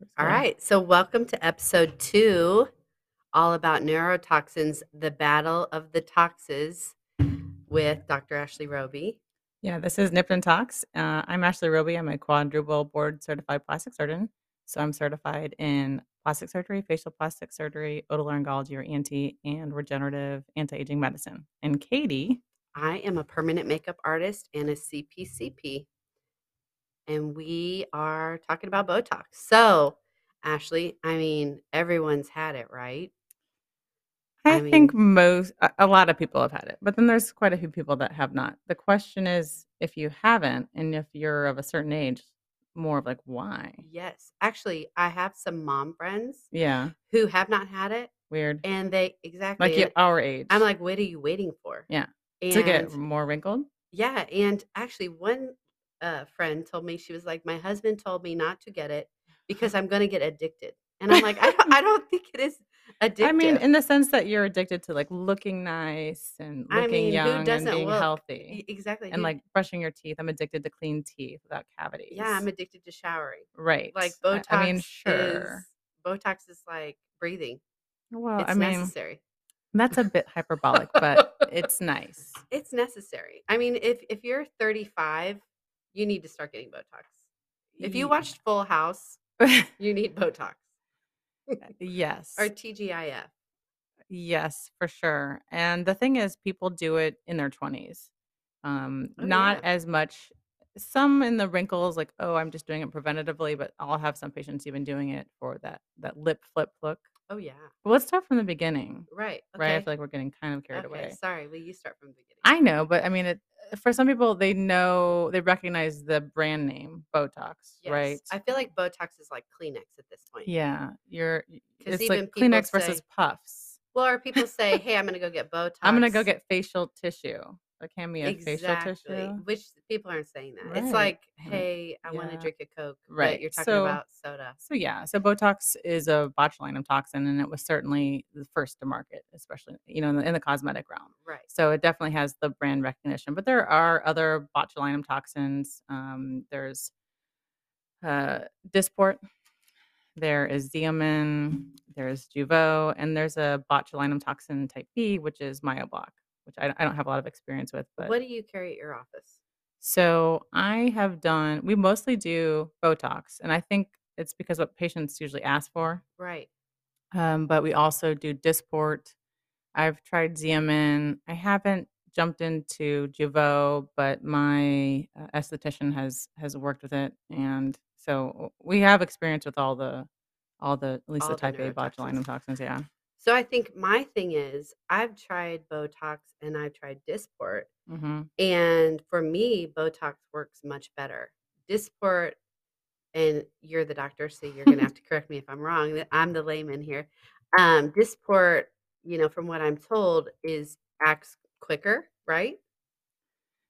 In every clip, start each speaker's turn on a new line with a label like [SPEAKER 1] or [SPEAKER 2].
[SPEAKER 1] Let's
[SPEAKER 2] All
[SPEAKER 1] go.
[SPEAKER 2] right. So, welcome to episode two, all about neurotoxins, the battle of the toxins with Dr. Ashley Roby.
[SPEAKER 1] Yeah, this is Nipton Talks. Uh, I'm Ashley Roby. I'm a quadruple board certified plastic surgeon. So I'm certified in plastic surgery, facial plastic surgery, otolaryngology or ENT, and regenerative anti aging medicine. And Katie,
[SPEAKER 2] I am a permanent makeup artist and a CPCP. And we are talking about Botox. So, Ashley, I mean, everyone's had it, right?
[SPEAKER 1] I,
[SPEAKER 2] I
[SPEAKER 1] think most, a, a lot of people have had it, but then there's quite a few people that have not. The question is if you haven't, and if you're of a certain age, more of like, why?
[SPEAKER 2] Yes. Actually, I have some mom friends
[SPEAKER 1] Yeah,
[SPEAKER 2] who have not had it.
[SPEAKER 1] weird.
[SPEAKER 2] And they exactly.
[SPEAKER 1] Like
[SPEAKER 2] and
[SPEAKER 1] you, our age.
[SPEAKER 2] I'm like, what are you waiting for?
[SPEAKER 1] Yeah.
[SPEAKER 2] And
[SPEAKER 1] to get more wrinkled.
[SPEAKER 2] Yeah, and actually, one uh, friend told me she was like, "My husband told me not to get it because I'm going to get addicted," and I'm like, "I don't, I don't think it is addictive."
[SPEAKER 1] I mean, in the sense that you're addicted to like looking nice and
[SPEAKER 2] I
[SPEAKER 1] looking
[SPEAKER 2] mean, who
[SPEAKER 1] young and
[SPEAKER 2] doesn't
[SPEAKER 1] being
[SPEAKER 2] look- E-
[SPEAKER 1] healthy
[SPEAKER 2] exactly,
[SPEAKER 1] and
[SPEAKER 2] who-
[SPEAKER 1] like brushing your teeth. I'm addicted to clean teeth without cavities.
[SPEAKER 2] yeah, I'm addicted to showering.
[SPEAKER 1] right.
[SPEAKER 2] Like
[SPEAKER 1] I-
[SPEAKER 2] Botox,
[SPEAKER 1] I, mean, sure.
[SPEAKER 2] is Botox is like breathing.
[SPEAKER 1] well,
[SPEAKER 2] it's
[SPEAKER 1] I mean,
[SPEAKER 2] necessary.
[SPEAKER 1] that's a bit hyperbolic, but it's nice.
[SPEAKER 2] it's necessary. I mean, if if you're 35, you need to start getting Botox. If you
[SPEAKER 1] Ye-
[SPEAKER 2] watched Full House, you need Botox
[SPEAKER 1] yes,
[SPEAKER 2] or TGIF.
[SPEAKER 1] yes, for sure. And the thing is, people do it in their 20s. Um,
[SPEAKER 2] Oh,
[SPEAKER 1] not
[SPEAKER 2] yeah.
[SPEAKER 1] as much. Some in the wrinkles, like, oh, I'm just doing it preventatively, but I'll have some patients even doing it for that that lip flip look.
[SPEAKER 2] Oh yeah,
[SPEAKER 1] Well, let's start from the beginning,
[SPEAKER 2] right. Okay.
[SPEAKER 1] right? I feel like we're getting kind of carried
[SPEAKER 2] okay,
[SPEAKER 1] away.
[SPEAKER 2] Sorry, will you start from the beginning?
[SPEAKER 1] I know, but I mean, it, uh, for some people, they know they recognize the brand name Botox,
[SPEAKER 2] Yes.
[SPEAKER 1] right?
[SPEAKER 2] I feel like Botox is like Kleenex at this point.
[SPEAKER 1] yeah, you're. y-
[SPEAKER 2] 'Cause
[SPEAKER 1] It's
[SPEAKER 2] even
[SPEAKER 1] like
[SPEAKER 2] people
[SPEAKER 1] Kleenex versus
[SPEAKER 2] say-
[SPEAKER 1] Puffs.
[SPEAKER 2] Well, or people say, "Hey, I'm gonna go get Botox."
[SPEAKER 1] I'm gonna go get facial tissue. Like, hand me a facial tissue.
[SPEAKER 2] which people aren't saying that. It's
[SPEAKER 1] Right.
[SPEAKER 2] like,
[SPEAKER 1] Mm,
[SPEAKER 2] "Hey, I want to
[SPEAKER 1] yeah.
[SPEAKER 2] drink a Coke,"
[SPEAKER 1] Right,
[SPEAKER 2] But you're talking
[SPEAKER 1] so-
[SPEAKER 2] about soda.
[SPEAKER 1] So yeah, so Botox is a botulinum toxin, and it was certainly the first to market, especially you know in the, in the cosmetic realm.
[SPEAKER 2] Right.
[SPEAKER 1] So it definitely has the brand recognition, but there are other botulinum toxins. Um, there's uh, Dysport, there is Xeomin, there's Juvo, and there's a botulinum toxin type B, which is Myoblock, which I, I don't have a lot of experience with. But
[SPEAKER 2] What do you carry at your office?
[SPEAKER 1] so I have done, we mostly do Botox, and I think it's because what patients usually ask for.
[SPEAKER 2] Right.
[SPEAKER 1] um, but we also do Dysport. I've tried Xeomin. I haven't jumped into Juvo, but my uh, esthetician has has worked with it, and so we have experience with all the all the at least
[SPEAKER 2] All
[SPEAKER 1] the
[SPEAKER 2] the
[SPEAKER 1] type A
[SPEAKER 2] neurotoxins.
[SPEAKER 1] botulinum toxins. Yeah,
[SPEAKER 2] So I think my thing is, I've tried Botox and I've tried Dysport,
[SPEAKER 1] hmm
[SPEAKER 2] And for me, Botox works much better. Dysport, and you're the doctor, so you're going to have to correct me if I'm wrong. that I'm the layman here. Um, Dysport, you know, from what I'm told, is acts quicker, right?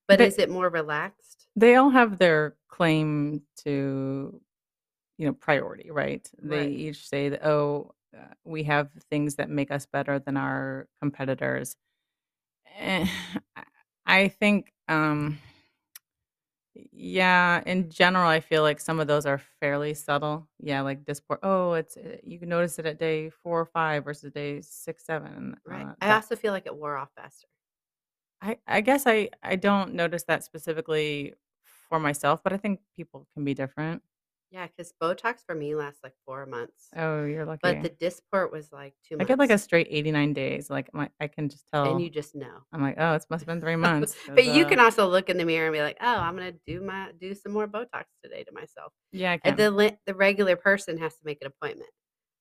[SPEAKER 2] But
[SPEAKER 1] They-
[SPEAKER 2] is it more relaxed?
[SPEAKER 1] they all have their claim to you know priority, right? They
[SPEAKER 2] Right.
[SPEAKER 1] each say that oh, uh, we have things that make us better than our competitors. Eh, I- I think, um, yeah, in general, I feel like some of those are fairly subtle. Yeah, like Dysport. Oh, it's uh, you can notice it at day four or five versus day six, seven.
[SPEAKER 2] Right.
[SPEAKER 1] uh,
[SPEAKER 2] I
[SPEAKER 1] that-
[SPEAKER 2] also feel like it wore off faster.
[SPEAKER 1] I, I guess I, I don't notice that specifically for myself, but I think people can be different.
[SPEAKER 2] Yeah, because Botox for me lasts like four months,
[SPEAKER 1] Oh, you're lucky.
[SPEAKER 2] but the Dysport was like
[SPEAKER 1] I
[SPEAKER 2] two months.
[SPEAKER 1] get like a straight 89 days. Like my, I can just tell.
[SPEAKER 2] and you just know.
[SPEAKER 1] I'm like, oh, it's must have been three months. 'cause,
[SPEAKER 2] But you
[SPEAKER 1] uh,
[SPEAKER 2] can also look in the mirror and be like, "Oh, I'm gonna do my do some more Botox today to myself."
[SPEAKER 1] yeah, I
[SPEAKER 2] And
[SPEAKER 1] can.
[SPEAKER 2] the li- the regular person has to make an appointment.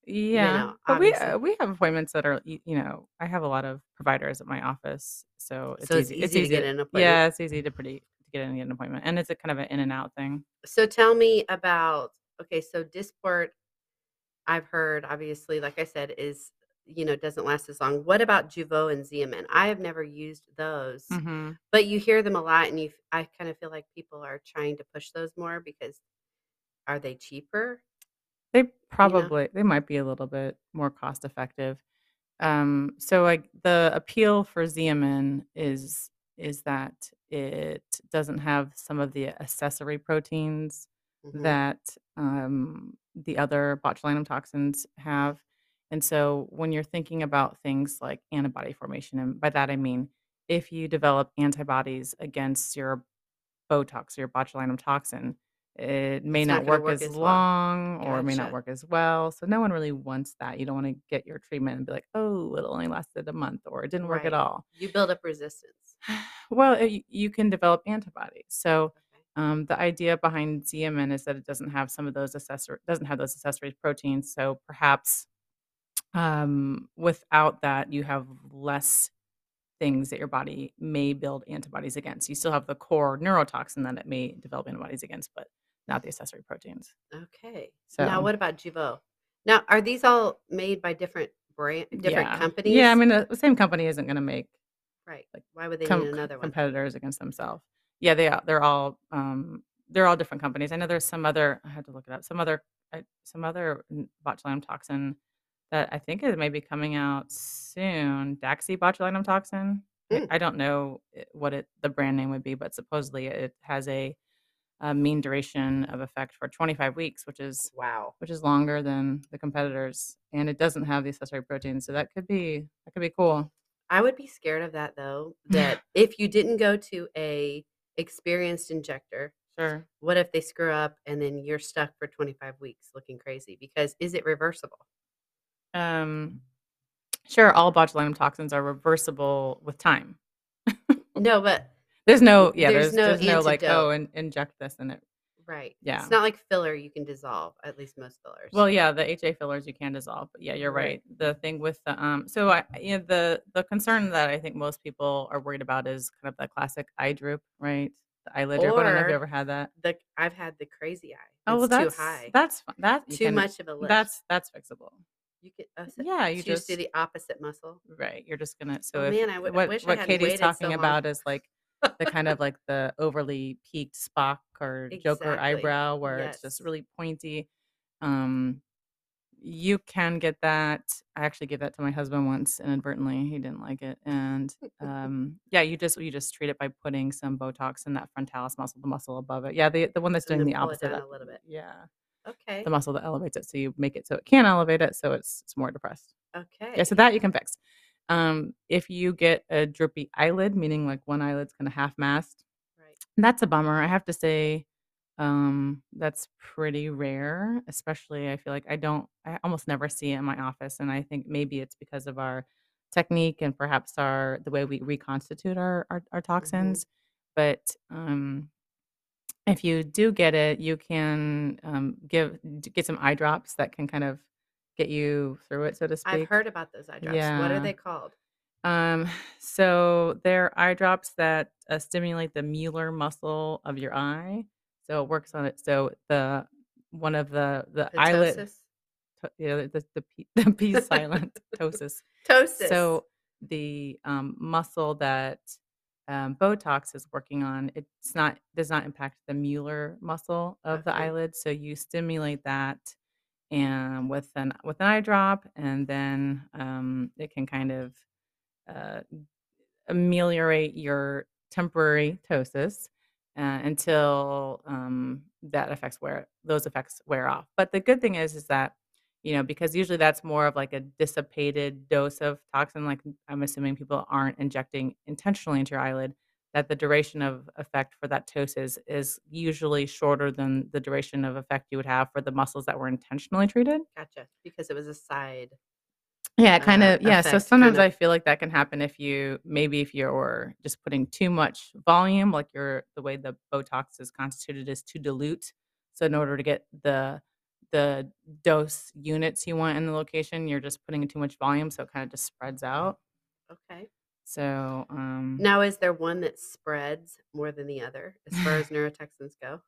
[SPEAKER 1] Yeah,
[SPEAKER 2] know,
[SPEAKER 1] but we
[SPEAKER 2] obviously.
[SPEAKER 1] uh, we have appointments that are y- you know I have a lot of providers at my office, so it's
[SPEAKER 2] So it's
[SPEAKER 1] easy.
[SPEAKER 2] easy to get an appointment.
[SPEAKER 1] Yeah, it's easy to pretty to get in and get an appointment, and it's a kind of an in and out thing.
[SPEAKER 2] So tell me about okay. So Dysport, I've heard obviously, like I said, is you know doesn't last as long. What about Juvo and Xeomin? I have never used those,
[SPEAKER 1] Mm-hmm.
[SPEAKER 2] but you hear them a lot, and you f- I kind of feel like people are trying to push those more because are they cheaper?
[SPEAKER 1] They probably they might be a little bit more cost effective. Um, so like the appeal for Xeomin is is that it doesn't have some of the accessory proteins
[SPEAKER 2] Mhm.
[SPEAKER 1] that um, the other botulinum toxins have. And so when you're thinking about things like antibody formation, and by that I mean if you develop antibodies against your Botox or your botulinum toxin, it may
[SPEAKER 2] It's not
[SPEAKER 1] not,
[SPEAKER 2] gonna
[SPEAKER 1] work,
[SPEAKER 2] work
[SPEAKER 1] as,
[SPEAKER 2] as well.
[SPEAKER 1] long or may
[SPEAKER 2] Gotcha.
[SPEAKER 1] not work as well. So no one really wants that. You don't want to get your treatment and be like, oh, it only lasted a month or it didn't work at
[SPEAKER 2] Right.
[SPEAKER 1] all.
[SPEAKER 2] You build up resistance.
[SPEAKER 1] Well, uh, y- you can develop antibodies. So
[SPEAKER 2] Okay.
[SPEAKER 1] um, the idea behind Xeomin is that it doesn't have some of those accessory doesn't have those accessory proteins. So perhaps um, without that, you have less things that your body may build antibodies against. You still have the core neurotoxin that it may develop antibodies against, but not the accessory proteins.
[SPEAKER 2] Okay. now,
[SPEAKER 1] So-
[SPEAKER 2] what about Juvo? Now, are these all made by different brand, different
[SPEAKER 1] yeah.
[SPEAKER 2] companies?
[SPEAKER 1] Yeah, I mean the same company isn't going to make
[SPEAKER 2] right.
[SPEAKER 1] like,
[SPEAKER 2] Why would they
[SPEAKER 1] com-
[SPEAKER 2] need
[SPEAKER 1] c-
[SPEAKER 2] another one?
[SPEAKER 1] competitors against themselves. Yeah, they are. They're all um, they're all different companies. I know there's some other. I had to look it up. Some other uh, some other n- botulinum toxin that I think it may be coming out soon. Daxi botulinum toxin. I-
[SPEAKER 2] Mm.
[SPEAKER 1] I don't know i- what it the brand name would be, but supposedly it has a, a mean duration of effect for 25 weeks, which is
[SPEAKER 2] Wow.
[SPEAKER 1] which is longer than the competitors, and it doesn't have the accessory protein, so that could be that could be cool.
[SPEAKER 2] I would be scared of that though. That if you didn't go to a experienced injector,
[SPEAKER 1] Sure.
[SPEAKER 2] what if they screw up and then you're stuck for 25 weeks looking crazy? Because is it reversible?
[SPEAKER 1] um sure all botulinum toxins are reversible with time
[SPEAKER 2] No, but
[SPEAKER 1] there's no yeah
[SPEAKER 2] There's
[SPEAKER 1] there's
[SPEAKER 2] no
[SPEAKER 1] there's no, like oh
[SPEAKER 2] antidote.
[SPEAKER 1] and inject this and it
[SPEAKER 2] right.
[SPEAKER 1] Yeah.
[SPEAKER 2] It's not like filler you can dissolve, at least most fillers.
[SPEAKER 1] well yeah the ha fillers you can dissolve but yeah you're
[SPEAKER 2] Right.
[SPEAKER 1] right, the thing with the um so i you know, the the concern that i think most people are worried about is kind of the classic eye droop right the eyelid droop i don't know if
[SPEAKER 2] Or
[SPEAKER 1] you ever had that
[SPEAKER 2] the I've had the crazy eye.
[SPEAKER 1] oh well
[SPEAKER 2] It's
[SPEAKER 1] that's
[SPEAKER 2] too high.
[SPEAKER 1] that's fi- that you
[SPEAKER 2] too
[SPEAKER 1] can-
[SPEAKER 2] much of a lift.
[SPEAKER 1] that's that's fixable
[SPEAKER 2] you could uh, so-
[SPEAKER 1] yeah you
[SPEAKER 2] choose
[SPEAKER 1] just
[SPEAKER 2] to the opposite muscle.
[SPEAKER 1] Right. You're just gonna so
[SPEAKER 2] Oh,
[SPEAKER 1] if
[SPEAKER 2] man, I would- I
[SPEAKER 1] what
[SPEAKER 2] wish I
[SPEAKER 1] what
[SPEAKER 2] hadn't
[SPEAKER 1] Katie's
[SPEAKER 2] waited so
[SPEAKER 1] talking
[SPEAKER 2] long.
[SPEAKER 1] about is like the kind of like the overly peaked Spock or Joker
[SPEAKER 2] Exactly.
[SPEAKER 1] eyebrow where it's just
[SPEAKER 2] Yes.
[SPEAKER 1] really pointy. Um you can get that. I actually gave that to my husband once inadvertently. He didn't like it. And um yeah, you just you just treat it by putting some Botox in that frontalis muscle, the muscle above it. Yeah, the the one that's
[SPEAKER 2] And
[SPEAKER 1] doing the
[SPEAKER 2] then pull it
[SPEAKER 1] opposite.
[SPEAKER 2] down
[SPEAKER 1] uh,
[SPEAKER 2] a little bit.
[SPEAKER 1] Yeah.
[SPEAKER 2] Okay.
[SPEAKER 1] The muscle that elevates it. So you make it so it can elevate it so it's it's more depressed.
[SPEAKER 2] Okay.
[SPEAKER 1] Yeah, so that you can fix. Um, if you get a droopy eyelid, meaning like one eyelid's kind of half masked,
[SPEAKER 2] right.
[SPEAKER 1] that's a bummer. I have to say, um, that's pretty rare. Especially, I feel like I don't, I almost never see it in my office, and I think maybe it's because of our technique and perhaps our the way we reconstitute our our, our
[SPEAKER 2] Mm-hmm.
[SPEAKER 1] toxins. But um, if you do get it, you can um, give d- get some eye drops that can kind of get you through it, so to speak.
[SPEAKER 2] I've heard about those eye drops. What are
[SPEAKER 1] Yeah.
[SPEAKER 2] they called?
[SPEAKER 1] Um, so they're eye drops that uh, stimulate the Mueller muscle of your eye. So it works on it. So the one of the the eyelid,
[SPEAKER 2] Ptosis?
[SPEAKER 1] to, yeah, the the P, the P silent ptosis.
[SPEAKER 2] Ptosis.
[SPEAKER 1] So the um, muscle that um, Botox is working on, it's not does not impact the Mueller muscle of the
[SPEAKER 2] Okay.
[SPEAKER 1] eyelid. So you stimulate that and with an with an eye drop, and then um, it can kind of uh, ameliorate your temporary ptosis uh, until um, that affects wear those effects wear off. But the good thing is, is that you know because usually that's more of like a dissipated dose of toxin. Like I'm assuming people aren't injecting intentionally into your eyelid. That the duration of effect for that ptosis is usually shorter than the duration of effect you would have for the muscles that were intentionally treated.
[SPEAKER 2] gotcha. Because it was a side.
[SPEAKER 1] Yeah, it kind
[SPEAKER 2] uh,
[SPEAKER 1] of. Yeah, so
[SPEAKER 2] effect,
[SPEAKER 1] sometimes
[SPEAKER 2] kind
[SPEAKER 1] I feel like that can happen if you maybe if you're just putting too much volume, like your the way the Botox is constituted is to dilute. So in order to get the the dose units you want in the location, you're just putting in too much volume, so it kind of just spreads out.
[SPEAKER 2] Okay.
[SPEAKER 1] So um
[SPEAKER 2] Now, is there one that spreads more than the other as far as neurotoxins go?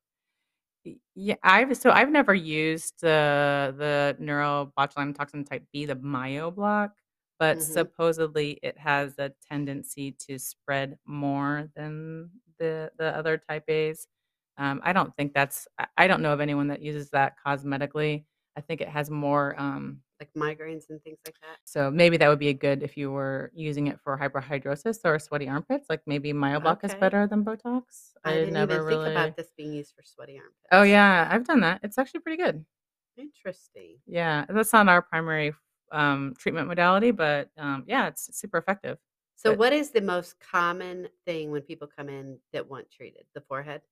[SPEAKER 1] Y- Yeah, I've so I've never used uh, the neuro botulinum toxin type B, the myo block, but
[SPEAKER 2] Mhm.
[SPEAKER 1] supposedly it has a tendency to spread more than the the other type A's. Um, I don't think that's. I I don't know of anyone that uses that cosmetically. I think it has more. Um,
[SPEAKER 2] Like migraines and things like that?
[SPEAKER 1] so maybe that would be a good if you were using it for hyperhidrosis or sweaty armpits. Like maybe myoblock is
[SPEAKER 2] Okay.
[SPEAKER 1] better than Botox.
[SPEAKER 2] I didn't even
[SPEAKER 1] never
[SPEAKER 2] think
[SPEAKER 1] really.
[SPEAKER 2] about this being used for sweaty armpits.
[SPEAKER 1] Oh yeah, I've done that. It's actually pretty good.
[SPEAKER 2] Interesting.
[SPEAKER 1] Yeah, and that's not our primary um, treatment modality, but um, yeah, it's super effective.
[SPEAKER 2] So,
[SPEAKER 1] But-
[SPEAKER 2] what is the most common thing when people come in that want treated? The forehead.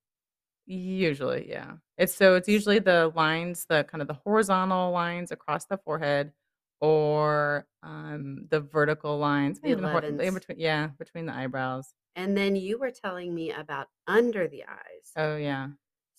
[SPEAKER 1] Usually, yeah. It's so it's usually the lines, the kind of the horizontal lines across the forehead, or um, the vertical lines,
[SPEAKER 2] The
[SPEAKER 1] maybe the hor- in
[SPEAKER 2] 11s.
[SPEAKER 1] between, yeah, between the eyebrows.
[SPEAKER 2] And then you were telling me about under the eyes.
[SPEAKER 1] Oh yeah.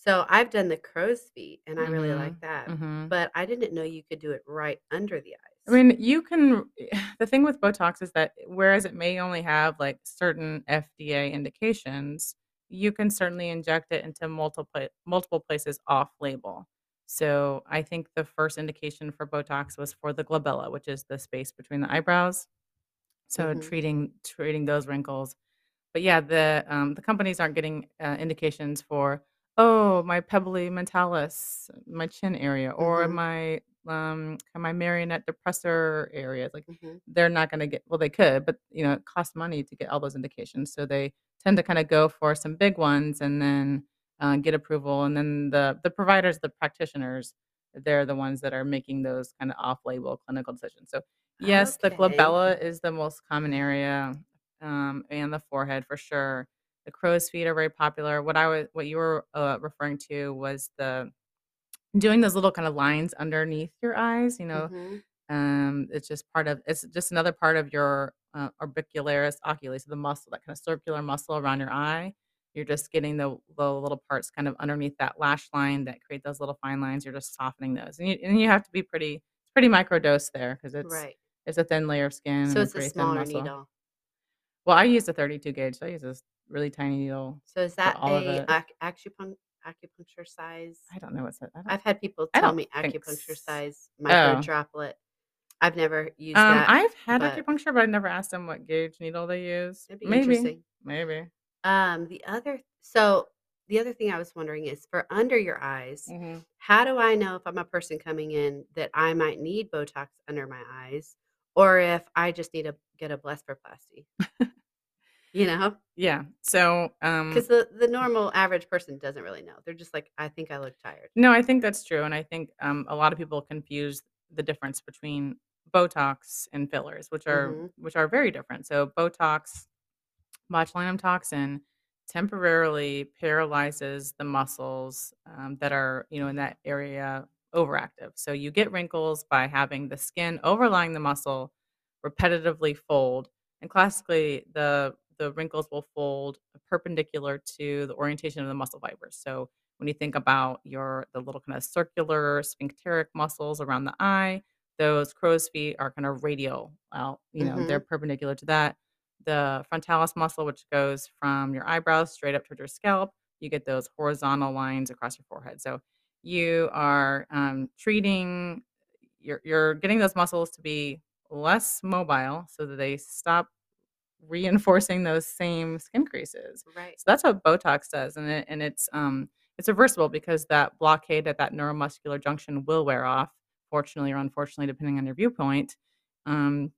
[SPEAKER 2] So, I've done the crow's feet and I really like that,
[SPEAKER 1] hmm
[SPEAKER 2] but I didn't know you could do it right under the eyes.
[SPEAKER 1] I mean, you can. The thing with Botox is that whereas it may only have like certain FDA indications, you can certainly inject it into multiple multiple places off label. So I think the first indication for Botox was for the glabella, which is the space between the eyebrows. So
[SPEAKER 2] Mhm.
[SPEAKER 1] treating treating those wrinkles, but yeah, the um, the companies aren't getting uh, indications for oh my pebbly mentalis, my chin area, or
[SPEAKER 2] Mhm.
[SPEAKER 1] my um my marionette depressor area. Like
[SPEAKER 2] Mhm.
[SPEAKER 1] they're not going to get well, they could, but you know, it costs money to get all those indications. So they tend to kind of go for some big ones and then uh, get approval, and then the the providers, the practitioners, they're the ones that are making those kind of off label clinical decisions. So yes, the
[SPEAKER 2] Okay.
[SPEAKER 1] glabella is the most common area, um, and the forehead for sure. The crow's feet are very popular. What I was, what you were uh, referring to was the doing those little kind of lines underneath your eyes. You know,
[SPEAKER 2] Mhm.
[SPEAKER 1] um, it's just part of it's just another part of your uh, orbicularis oculi, so the muscle, that kind of circular muscle around your eye. You're just getting the, the little parts kind of underneath that lash line that create those little fine lines. You're just softening those, and you and you have to be pretty it's pretty microdose there because it's
[SPEAKER 2] Right.
[SPEAKER 1] it's a thin layer of skin and
[SPEAKER 2] So
[SPEAKER 1] a
[SPEAKER 2] it's a
[SPEAKER 1] pretty thin
[SPEAKER 2] smaller
[SPEAKER 1] muscle.
[SPEAKER 2] needle.
[SPEAKER 1] Well, I use a 32 gauge. So I use this really tiny needle.
[SPEAKER 2] So is that
[SPEAKER 1] all of
[SPEAKER 2] a
[SPEAKER 1] it.
[SPEAKER 2] ac- acupuncture acupuncture size?
[SPEAKER 1] I don't know what's that. I don't,
[SPEAKER 2] I've had people
[SPEAKER 1] I
[SPEAKER 2] tell
[SPEAKER 1] don't
[SPEAKER 2] me
[SPEAKER 1] think
[SPEAKER 2] acupuncture
[SPEAKER 1] s-
[SPEAKER 2] size
[SPEAKER 1] Oh.
[SPEAKER 2] micro droplet. I've never used
[SPEAKER 1] um,
[SPEAKER 2] that.
[SPEAKER 1] I've had
[SPEAKER 2] but-
[SPEAKER 1] acupuncture, but I've never asked them what gauge needle they use.
[SPEAKER 2] That'd be
[SPEAKER 1] Maybe,
[SPEAKER 2] interesting.
[SPEAKER 1] maybe.
[SPEAKER 2] Um, the other so the other thing I was wondering is for under your eyes,
[SPEAKER 1] Mhm.
[SPEAKER 2] how do I know if I'm a person coming in that I might need Botox under my eyes, or if I just need to get a blepharoplasty? you
[SPEAKER 1] Mm.
[SPEAKER 2] know,
[SPEAKER 1] Yeah. So, um,
[SPEAKER 2] because the the normal average person doesn't really know. They're just like, I think I look tired.
[SPEAKER 1] no, I think that's true, and I think um, a lot of people confuse the difference between Botox and fillers, which are
[SPEAKER 2] Mhm.
[SPEAKER 1] which are very different. So, Botox botulinum toxin temporarily paralyzes the muscles um, that are you know in that area overactive so you get wrinkles by having the skin overlying the muscle repetitively fold and classically the the wrinkles will fold perpendicular to the orientation of the muscle fibers so when you think about your the little kind of circular sphincteric muscles around the eye those crow's feet are kind of radial out you know they're perpendicular to that the frontalis muscle, which goes from your eyebrows straight up towards your scalp. You get those horizontal lines across your forehead. So you are um, treating, you're, you're getting those muscles to be less mobile so that they stop reinforcing those same skin creases.
[SPEAKER 2] Right.
[SPEAKER 1] So that's what Botox does, and it and it's um it's reversible because that blockade at that neuromuscular junction will wear off, fortunately or unfortunately, depending on your viewpoint. Um,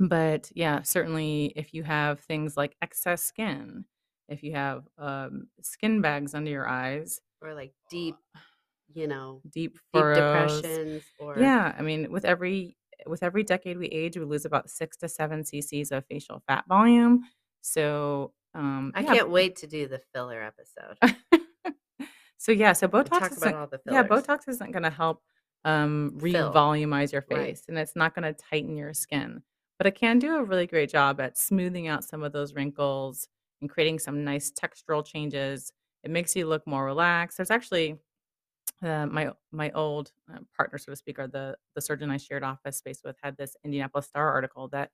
[SPEAKER 1] but yeah, certainly if you have things like excess skin, if you have um, skin bags under your eyes,
[SPEAKER 2] Or like deep, you know,
[SPEAKER 1] deep
[SPEAKER 2] deep
[SPEAKER 1] furrows,
[SPEAKER 2] depressions or
[SPEAKER 1] yeah, I mean, with every with every decade we age, we lose about six to seven cc's of facial fat volume. So, um,
[SPEAKER 2] I
[SPEAKER 1] yeah,
[SPEAKER 2] can't wait to do the filler episode.
[SPEAKER 1] so yeah, so
[SPEAKER 2] and
[SPEAKER 1] Botox
[SPEAKER 2] talk about
[SPEAKER 1] isn't
[SPEAKER 2] all the fillers.
[SPEAKER 1] yeah, Botox isn't going to help um,
[SPEAKER 2] Fill.
[SPEAKER 1] revolumize your face,
[SPEAKER 2] Right.
[SPEAKER 1] and it's not going to tighten your skin, but it can do a really great job at smoothing out some of those wrinkles and creating some nice textural changes. It makes you look more relaxed. There's actually uh, my my old uh, partner, so to speak, or the the surgeon I shared office space with, had this Indianapolis Star article that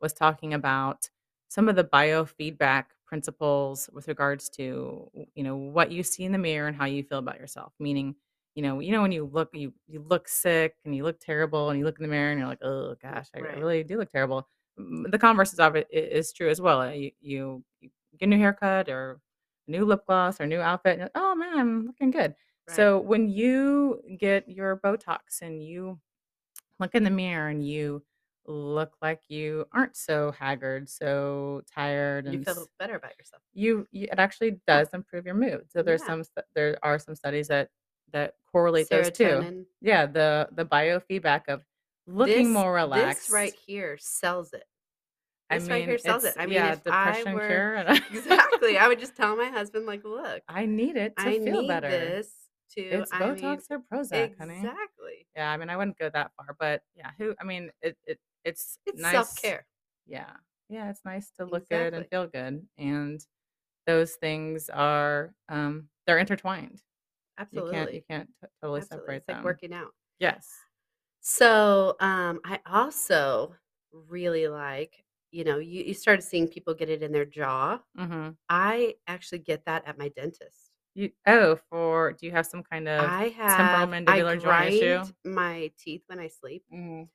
[SPEAKER 1] was talking about some of the biofeedback principles with regards to w- you know what you see in the mirror and how you feel about yourself. Meaning, you know, you know when you look you you look sick and you look terrible and you look in the mirror and you're like, oh gosh, I
[SPEAKER 2] Right.
[SPEAKER 1] really do look terrible. M- The converse is obvi- i- is true as well. Uh, You you, you get a new haircut or new lip gloss or new outfit, and you're like, oh man, I'm looking good.
[SPEAKER 2] Right.
[SPEAKER 1] So when you get your Botox and you look in the mirror and you look like you aren't so haggard, so tired,
[SPEAKER 2] you
[SPEAKER 1] and
[SPEAKER 2] feel
[SPEAKER 1] s-
[SPEAKER 2] better about yourself.
[SPEAKER 1] you, you it actually does improve your mood. So there's
[SPEAKER 2] Yeah.
[SPEAKER 1] some stu- there are some studies that that correlate those two.
[SPEAKER 2] Serotonin.
[SPEAKER 1] Yeah, the the biofeedback of looking
[SPEAKER 2] This-
[SPEAKER 1] more relaxed.
[SPEAKER 2] This right here sells it.
[SPEAKER 1] I
[SPEAKER 2] This right here
[SPEAKER 1] mean,
[SPEAKER 2] sells it.
[SPEAKER 1] it's-
[SPEAKER 2] I mean,
[SPEAKER 1] yeah,
[SPEAKER 2] if I
[SPEAKER 1] depression
[SPEAKER 2] were
[SPEAKER 1] cure. and I-
[SPEAKER 2] exactly, I would just tell my husband, like, look,
[SPEAKER 1] I need it to
[SPEAKER 2] I
[SPEAKER 1] feel
[SPEAKER 2] need
[SPEAKER 1] better.
[SPEAKER 2] this to.
[SPEAKER 1] It's
[SPEAKER 2] I mean,
[SPEAKER 1] Botox or Prozac, honey.
[SPEAKER 2] Exactly.
[SPEAKER 1] Yeah, I mean, I wouldn't go that far, but yeah, who? I mean, it, it it's
[SPEAKER 2] It's
[SPEAKER 1] nice.
[SPEAKER 2] self care.
[SPEAKER 1] Yeah, yeah, it's nice to look good and
[SPEAKER 2] Exactly.
[SPEAKER 1] feel good, and those things are um they're intertwined.
[SPEAKER 2] Absolutely.
[SPEAKER 1] You can't you can't t- totally
[SPEAKER 2] Absolutely.
[SPEAKER 1] separate
[SPEAKER 2] it's like
[SPEAKER 1] them.
[SPEAKER 2] working out.
[SPEAKER 1] Yes.
[SPEAKER 2] So um, I also really like, you know, you, you started seeing people get it in their jaw.
[SPEAKER 1] Mm-hmm.
[SPEAKER 2] I actually get that at my dentist.
[SPEAKER 1] You oh for do you have some kind of
[SPEAKER 2] I have
[SPEAKER 1] mandibular
[SPEAKER 2] I
[SPEAKER 1] joint
[SPEAKER 2] grind
[SPEAKER 1] issue?
[SPEAKER 2] my teeth when I sleep,
[SPEAKER 1] Mhm.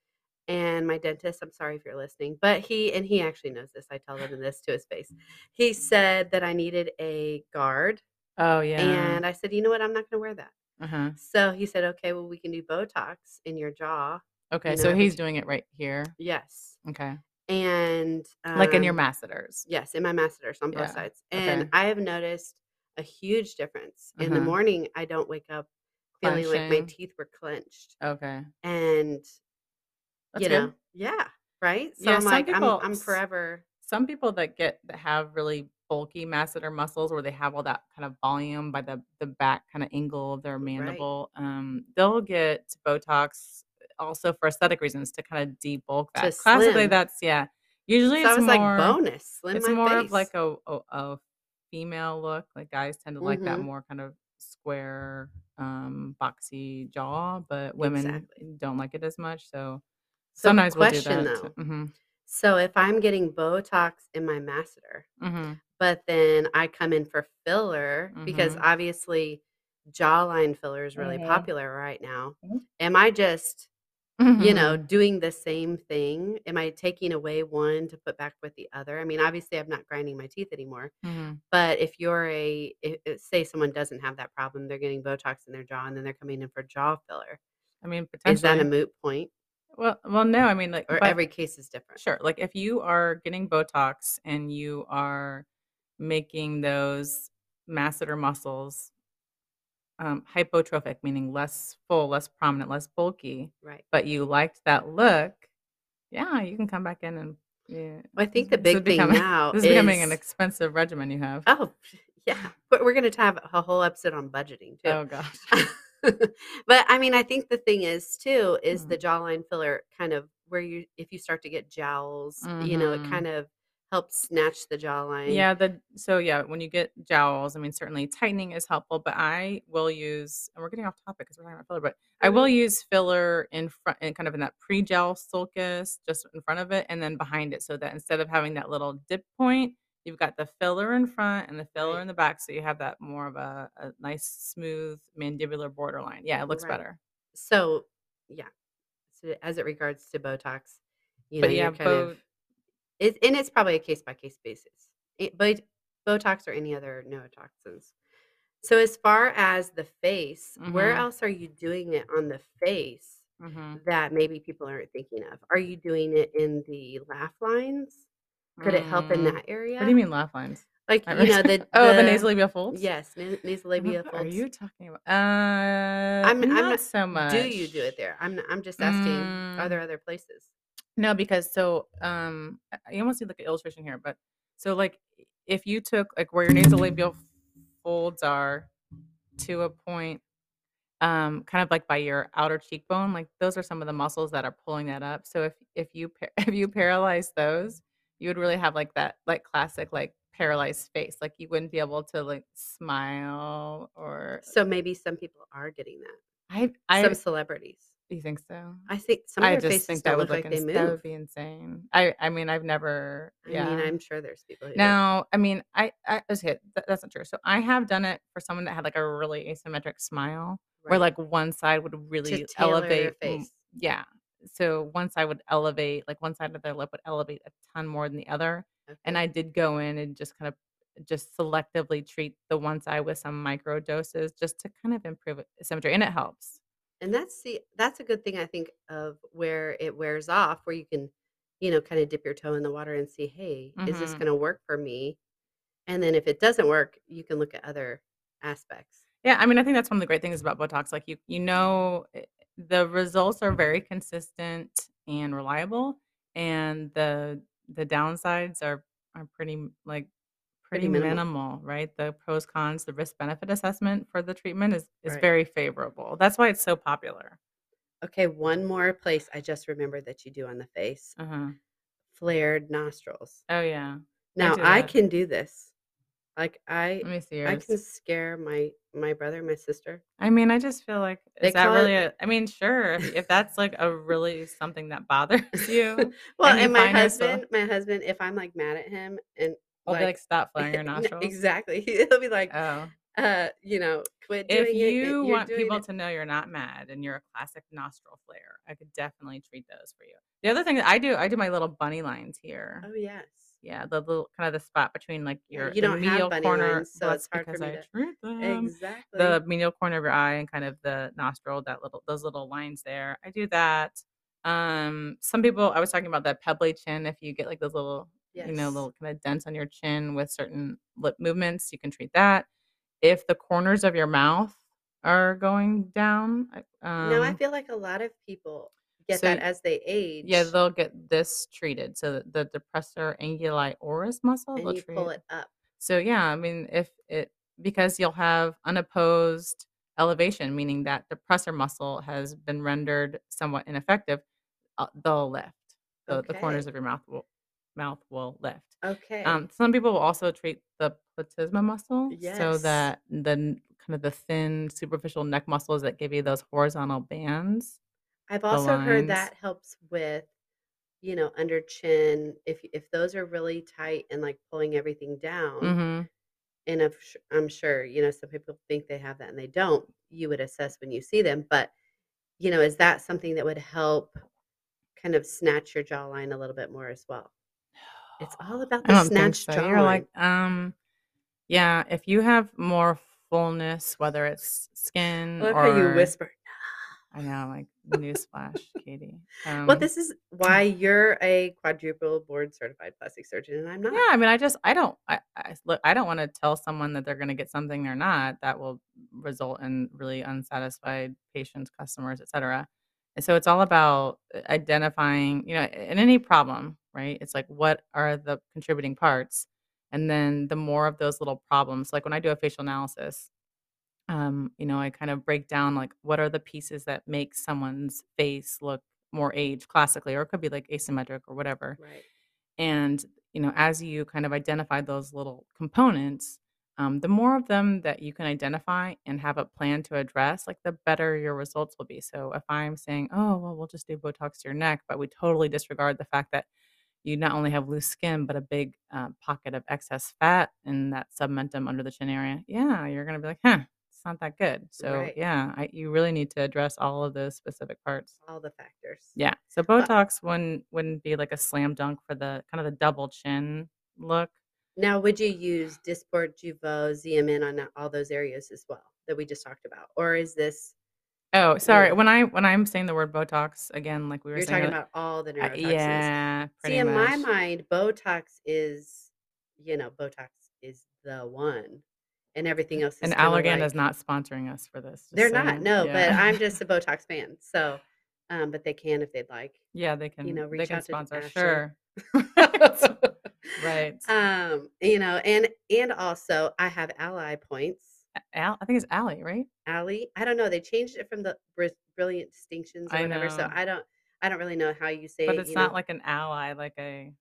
[SPEAKER 2] and my dentist. I'm sorry if you're listening, but he and he actually knows this. I tell him this to his face. He said that I needed a guard,
[SPEAKER 1] oh yeah
[SPEAKER 2] and I said, you know what, I'm not going to wear that.
[SPEAKER 1] uh-huh.
[SPEAKER 2] So he said, okay, well we can do Botox in your jaw.
[SPEAKER 1] okay
[SPEAKER 2] you
[SPEAKER 1] so
[SPEAKER 2] know,
[SPEAKER 1] he's
[SPEAKER 2] which-
[SPEAKER 1] doing it right here
[SPEAKER 2] Yes,
[SPEAKER 1] okay
[SPEAKER 2] and
[SPEAKER 1] like in your
[SPEAKER 2] um,
[SPEAKER 1] masseters
[SPEAKER 2] Yes, in my masseters on
[SPEAKER 1] Yeah,
[SPEAKER 2] both sides. And
[SPEAKER 1] okay.
[SPEAKER 2] I have noticed a huge difference. In the
[SPEAKER 1] Uh-huh.
[SPEAKER 2] morning, I don't wake up feeling like my
[SPEAKER 1] Clenching.
[SPEAKER 2] teeth were clenched.
[SPEAKER 1] okay
[SPEAKER 2] And,
[SPEAKER 1] That's
[SPEAKER 2] you
[SPEAKER 1] good.
[SPEAKER 2] know, yeah, right? So
[SPEAKER 1] Yeah,
[SPEAKER 2] I'm
[SPEAKER 1] some
[SPEAKER 2] like, I'm,
[SPEAKER 1] people
[SPEAKER 2] I'm
[SPEAKER 1] s-
[SPEAKER 2] forever.
[SPEAKER 1] some people that get that have really bulky masseter muscles where they have all that kind of volume by the the back kind of angle of their mandible um they'll get botox also for aesthetic reasons to kind of debulk that
[SPEAKER 2] To
[SPEAKER 1] classically
[SPEAKER 2] slim.
[SPEAKER 1] that's yeah usually
[SPEAKER 2] So
[SPEAKER 1] it's
[SPEAKER 2] I
[SPEAKER 1] more
[SPEAKER 2] was like, bonus, slim
[SPEAKER 1] it's
[SPEAKER 2] my
[SPEAKER 1] more
[SPEAKER 2] face.
[SPEAKER 1] of like a, a a female look like guys tend to like that
[SPEAKER 2] Mhm.
[SPEAKER 1] more kind of square um boxy jaw but women
[SPEAKER 2] Exactly.
[SPEAKER 1] don't like it as much so
[SPEAKER 2] So
[SPEAKER 1] sometimes
[SPEAKER 2] question
[SPEAKER 1] we'll do that
[SPEAKER 2] though.
[SPEAKER 1] hmm
[SPEAKER 2] So if I'm getting Botox in my masseter,
[SPEAKER 1] hmm
[SPEAKER 2] but then I come in for filler because
[SPEAKER 1] Mhm.
[SPEAKER 2] obviously jawline filler is really
[SPEAKER 1] Mhm.
[SPEAKER 2] popular right now.
[SPEAKER 1] Mhm.
[SPEAKER 2] Am I just you know,
[SPEAKER 1] Mm-hmm.
[SPEAKER 2] doing the same thing? Am I taking away one to put back with the other? I mean, obviously, I'm not grinding my teeth anymore.
[SPEAKER 1] mm-hmm,
[SPEAKER 2] But if you're a, if, if- say someone doesn't have that problem, they're getting Botox in their jaw and then they're coming in for jaw filler.
[SPEAKER 1] I mean,
[SPEAKER 2] Is that
[SPEAKER 1] potentially.
[SPEAKER 2] a moot point?
[SPEAKER 1] well, well, no. I mean, like,
[SPEAKER 2] Or
[SPEAKER 1] but-
[SPEAKER 2] every case is different?
[SPEAKER 1] sure. Like, if you are getting Botox and you are making those masseter muscles um, hypotrophic, meaning less full, less prominent, less bulky,
[SPEAKER 2] Right.
[SPEAKER 1] but you liked that look, yeah, you can come back in and. Yeah.
[SPEAKER 2] Well, I think the
[SPEAKER 1] This is
[SPEAKER 2] big thing
[SPEAKER 1] becoming-
[SPEAKER 2] now
[SPEAKER 1] This is
[SPEAKER 2] is
[SPEAKER 1] becoming an expensive regimen you have.
[SPEAKER 2] oh yeah, but we're going to have a whole episode on budgeting too.
[SPEAKER 1] Oh, gosh.
[SPEAKER 2] but I mean, I think the thing is too is
[SPEAKER 1] Mm.
[SPEAKER 2] the jawline filler kind of where you if you start to get jowls, you know, it
[SPEAKER 1] Mhm.
[SPEAKER 2] kind of helps snatch the jawline.
[SPEAKER 1] Yeah, the so yeah, when you get jowls, I mean certainly tightening is helpful, but I will use and we're getting off topic because we're talking about filler, but I
[SPEAKER 2] Mm-hmm.
[SPEAKER 1] will use filler in front and kind of in that pre-gel sulcus just in front of it and then behind it so that instead of having that little dip point, you've got the filler in front and the filler
[SPEAKER 2] Right.
[SPEAKER 1] in the back so you have that more of a, a nice smooth mandibular borderline. Yeah, it looks
[SPEAKER 2] Right.
[SPEAKER 1] better.
[SPEAKER 2] So yeah. So as it regards to Botox, you know,
[SPEAKER 1] But yeah,
[SPEAKER 2] you're kind of
[SPEAKER 1] Bo-
[SPEAKER 2] it, and it's probably a case by case basis. It, but Botox or any other neurotoxins. So as far as the face, where
[SPEAKER 1] Mhm.
[SPEAKER 2] else are you doing it on the face
[SPEAKER 1] Mhm.
[SPEAKER 2] that maybe people aren't thinking of? Are you doing it in the laugh lines? Could it help in
[SPEAKER 1] Mm.
[SPEAKER 2] that area?
[SPEAKER 1] What do you mean laugh lines?
[SPEAKER 2] Like
[SPEAKER 1] I
[SPEAKER 2] you know the
[SPEAKER 1] oh, the, nasolabial folds?
[SPEAKER 2] Yes, na-
[SPEAKER 1] I'm like,
[SPEAKER 2] nasolabial
[SPEAKER 1] "What
[SPEAKER 2] folds.
[SPEAKER 1] Are you talking about? Uh,
[SPEAKER 2] I'm- I'm
[SPEAKER 1] not
[SPEAKER 2] not-
[SPEAKER 1] so much.
[SPEAKER 2] do you do it there? I'm not- I'm just asking. Are
[SPEAKER 1] Mm.
[SPEAKER 2] there other places?
[SPEAKER 1] No, because so um, I- I almost need like an illustration here, but so like if you took like where your nasolabial folds are to a point, um, kind of like by your outer cheekbone, like those are some of the muscles that are pulling that up. So if if you par- if you paralyze those, you would really have like that like classic like paralyzed face, like you wouldn't be able to like smile or
[SPEAKER 2] So maybe some people are getting that.
[SPEAKER 1] I I
[SPEAKER 2] some celebrities.
[SPEAKER 1] you think so?
[SPEAKER 2] I think some of
[SPEAKER 1] I
[SPEAKER 2] their
[SPEAKER 1] just
[SPEAKER 2] faces
[SPEAKER 1] think
[SPEAKER 2] don't
[SPEAKER 1] that
[SPEAKER 2] look
[SPEAKER 1] would
[SPEAKER 2] like
[SPEAKER 1] look
[SPEAKER 2] they
[SPEAKER 1] ins-
[SPEAKER 2] move.
[SPEAKER 1] that would be insane. I I mean I've never yeah.
[SPEAKER 2] I mean, I'm sure there's people who
[SPEAKER 1] now I mean I I okay that, that's not true. So I have done it for someone that had like a really asymmetric smile where
[SPEAKER 2] right,
[SPEAKER 1] like one side would
[SPEAKER 2] to
[SPEAKER 1] really
[SPEAKER 2] tailor their
[SPEAKER 1] elevate. m-
[SPEAKER 2] face.
[SPEAKER 1] Yeah. So one side would elevate like one side of their lip would elevate a ton more than the other. And
[SPEAKER 2] Okay.
[SPEAKER 1] I did go in and just kind of just selectively treat the one side with some micro doses just to kind of improve it- symmetry and it helps.
[SPEAKER 2] and that's the that's a good thing I think of where it wears off, where you can, you know, kind of dip your toe in the water and see, hey, is this
[SPEAKER 1] Mhm.
[SPEAKER 2] going to work for me? And then if it doesn't work, you can look at other aspects.
[SPEAKER 1] Yeah, I mean, I think that's one of the great things about Botox. Like you, you know, eh, the results are very consistent and reliable, and the the downsides are are pretty m- like pretty
[SPEAKER 2] Pretty minimal.
[SPEAKER 1] minimal, right? The pros cons, the risk benefit assessment for the treatment is is
[SPEAKER 2] Right.
[SPEAKER 1] very favorable. That's why it's so popular.
[SPEAKER 2] Okay, one more place I just remembered that you do on the face
[SPEAKER 1] Uh huh.
[SPEAKER 2] flared nostrils.
[SPEAKER 1] Oh yeah.
[SPEAKER 2] Now
[SPEAKER 1] do
[SPEAKER 2] I
[SPEAKER 1] that. Mm,
[SPEAKER 2] can do this. Like I,
[SPEAKER 1] Let me see
[SPEAKER 2] I
[SPEAKER 1] yours.
[SPEAKER 2] can scare my my brother, my sister.
[SPEAKER 1] I mean, I just feel like
[SPEAKER 2] They
[SPEAKER 1] is that
[SPEAKER 2] call it-
[SPEAKER 1] really? A, I mean, sure, if, if that's like a really something that bothers you,
[SPEAKER 2] well,
[SPEAKER 1] And
[SPEAKER 2] and,
[SPEAKER 1] you
[SPEAKER 2] my
[SPEAKER 1] find yourself-
[SPEAKER 2] husband, my husband, if I'm like mad at him and
[SPEAKER 1] I'll be like,
[SPEAKER 2] like,
[SPEAKER 1] stop flaring your
[SPEAKER 2] no,
[SPEAKER 1] nostrils.
[SPEAKER 2] exactly, he'll be like,
[SPEAKER 1] Oh,
[SPEAKER 2] uh, you know, quit doing
[SPEAKER 1] if
[SPEAKER 2] it. it-
[SPEAKER 1] you
[SPEAKER 2] you're
[SPEAKER 1] want
[SPEAKER 2] doing
[SPEAKER 1] people
[SPEAKER 2] it."
[SPEAKER 1] to know you're not mad and you're a classic nostril flare, I could definitely treat those for you. The other thing that I do, I do my little bunny lines here.
[SPEAKER 2] oh yes,
[SPEAKER 1] Yeah, the little kind of the spot between like
[SPEAKER 2] Yeah,
[SPEAKER 1] your
[SPEAKER 2] you
[SPEAKER 1] the
[SPEAKER 2] don't have
[SPEAKER 1] medial
[SPEAKER 2] bunny
[SPEAKER 1] corner.
[SPEAKER 2] lines, so
[SPEAKER 1] well,
[SPEAKER 2] it's
[SPEAKER 1] that's
[SPEAKER 2] hard for
[SPEAKER 1] because
[SPEAKER 2] me
[SPEAKER 1] I
[SPEAKER 2] to-
[SPEAKER 1] treat them.
[SPEAKER 2] exactly.
[SPEAKER 1] um, the medial corner of your eye and kind of the nostril that little those little lines there i do that um some people i was talking about that pebbly chin if you get like those little you know
[SPEAKER 2] Yes.
[SPEAKER 1] little kind of dents on your chin with certain lip movements you can treat that if the corners of your mouth are going down I- um
[SPEAKER 2] now I feel like a lot of people get
[SPEAKER 1] so
[SPEAKER 2] that
[SPEAKER 1] y-
[SPEAKER 2] as they age.
[SPEAKER 1] yeah they'll get this treated so that the depressor anguli oris muscle
[SPEAKER 2] and
[SPEAKER 1] they'll
[SPEAKER 2] you
[SPEAKER 1] treat
[SPEAKER 2] pull it up.
[SPEAKER 1] so yeah, I mean, if it because you'll have unopposed elevation, meaning that the presser muscle has been rendered somewhat ineffective, uh, they'll lift. The, the corners
[SPEAKER 2] Okay.
[SPEAKER 1] of your mouth will mouth will lift.
[SPEAKER 2] Okay.
[SPEAKER 1] Um, some people will also treat the platysma muscle so
[SPEAKER 2] Yes.
[SPEAKER 1] that the n- kind of the thin superficial neck muscles that give you those horizontal bands.
[SPEAKER 2] I've also
[SPEAKER 1] lines.
[SPEAKER 2] heard that helps with, you know, under chin. If if those are really tight and like pulling everything down,
[SPEAKER 1] hmm
[SPEAKER 2] and if, sh- I'm sure you know some people think they have that and they don't. You would assess when you see them, but you know, is that something that would help kind of snatch your jawline a little bit more as well? It's all about
[SPEAKER 1] I
[SPEAKER 2] the
[SPEAKER 1] don't think
[SPEAKER 2] snatch
[SPEAKER 1] so.
[SPEAKER 2] jawline.
[SPEAKER 1] You're like, um, yeah. If you have more fullness, whether it's skin
[SPEAKER 2] I love
[SPEAKER 1] or
[SPEAKER 2] how you whisper.
[SPEAKER 1] I know, like newsflash, Katie. Um,
[SPEAKER 2] Well, this is why you're a quadruple board certified plastic surgeon, and I'm not.
[SPEAKER 1] yeah. I mean, I just, I don't, I, I look, I don't want to tell someone that they're going to get something they're not. That will result in really unsatisfied patients, customers, etc. And so it's all about uh, identifying, you know, in any problem, right? It's like what are the contributing parts, and then the more of those little problems. Like when I do a facial analysis, um, you know, I kind of break down like what are the pieces that make someone's face look more aged classically, or it could be like asymmetric or whatever.
[SPEAKER 2] Right.
[SPEAKER 1] And, you know, as you kind of identify those little components, um, the more of them that you can identify and have a plan to address, like the better your results will be. So if I'm saying, oh, well, we'll just do Botox to your neck, but we totally disregard the fact that you not only have loose skin but a big uh, pocket of excess fat in that submentum under the chin area yeah you're gonna be like huh it's not that good so
[SPEAKER 2] Right.
[SPEAKER 1] yeah I, you really need to address all of those specific parts
[SPEAKER 2] All the factors.
[SPEAKER 1] yeah
[SPEAKER 2] Uh
[SPEAKER 1] so botox wouldn't wouldn't be like a slam dunk for the kind of the double chin look
[SPEAKER 2] Now, would you use Dysport, Juvo, ZMN on that- all those areas as well that we just talked about, or is this
[SPEAKER 1] oh sorry
[SPEAKER 2] Yeah.
[SPEAKER 1] when i when i'm saying the word botox again like we were
[SPEAKER 2] you're
[SPEAKER 1] saying
[SPEAKER 2] talking
[SPEAKER 1] earlier-
[SPEAKER 2] about all the
[SPEAKER 1] I-
[SPEAKER 2] neurotoxins?
[SPEAKER 1] Uh, yeah pretty
[SPEAKER 2] See, in
[SPEAKER 1] much
[SPEAKER 2] my mind, Botox is, you know, Botox is the one, and everything else is
[SPEAKER 1] and
[SPEAKER 2] kinda
[SPEAKER 1] allergan
[SPEAKER 2] like-
[SPEAKER 1] is not sponsoring us for this just
[SPEAKER 2] They're
[SPEAKER 1] so
[SPEAKER 2] not.
[SPEAKER 1] you-
[SPEAKER 2] No,
[SPEAKER 1] yeah.
[SPEAKER 2] but I'm just a Botox fan, so. Um, but they can if they'd like.
[SPEAKER 1] yeah they can
[SPEAKER 2] know,
[SPEAKER 1] they
[SPEAKER 2] reach
[SPEAKER 1] can
[SPEAKER 2] out to
[SPEAKER 1] sponsor
[SPEAKER 2] Ashley.
[SPEAKER 1] sure Right.
[SPEAKER 2] Um, you know, and and also I have ally points.
[SPEAKER 1] Al, I think it's Allie, right?
[SPEAKER 2] Alley. I don't know. They changed it from the bris- brilliant distinctions or
[SPEAKER 1] I
[SPEAKER 2] whatever. So
[SPEAKER 1] know.
[SPEAKER 2] I don't. I don't really know how you say.
[SPEAKER 1] But
[SPEAKER 2] it,
[SPEAKER 1] it's
[SPEAKER 2] you
[SPEAKER 1] not
[SPEAKER 2] know.
[SPEAKER 1] like an ally, like a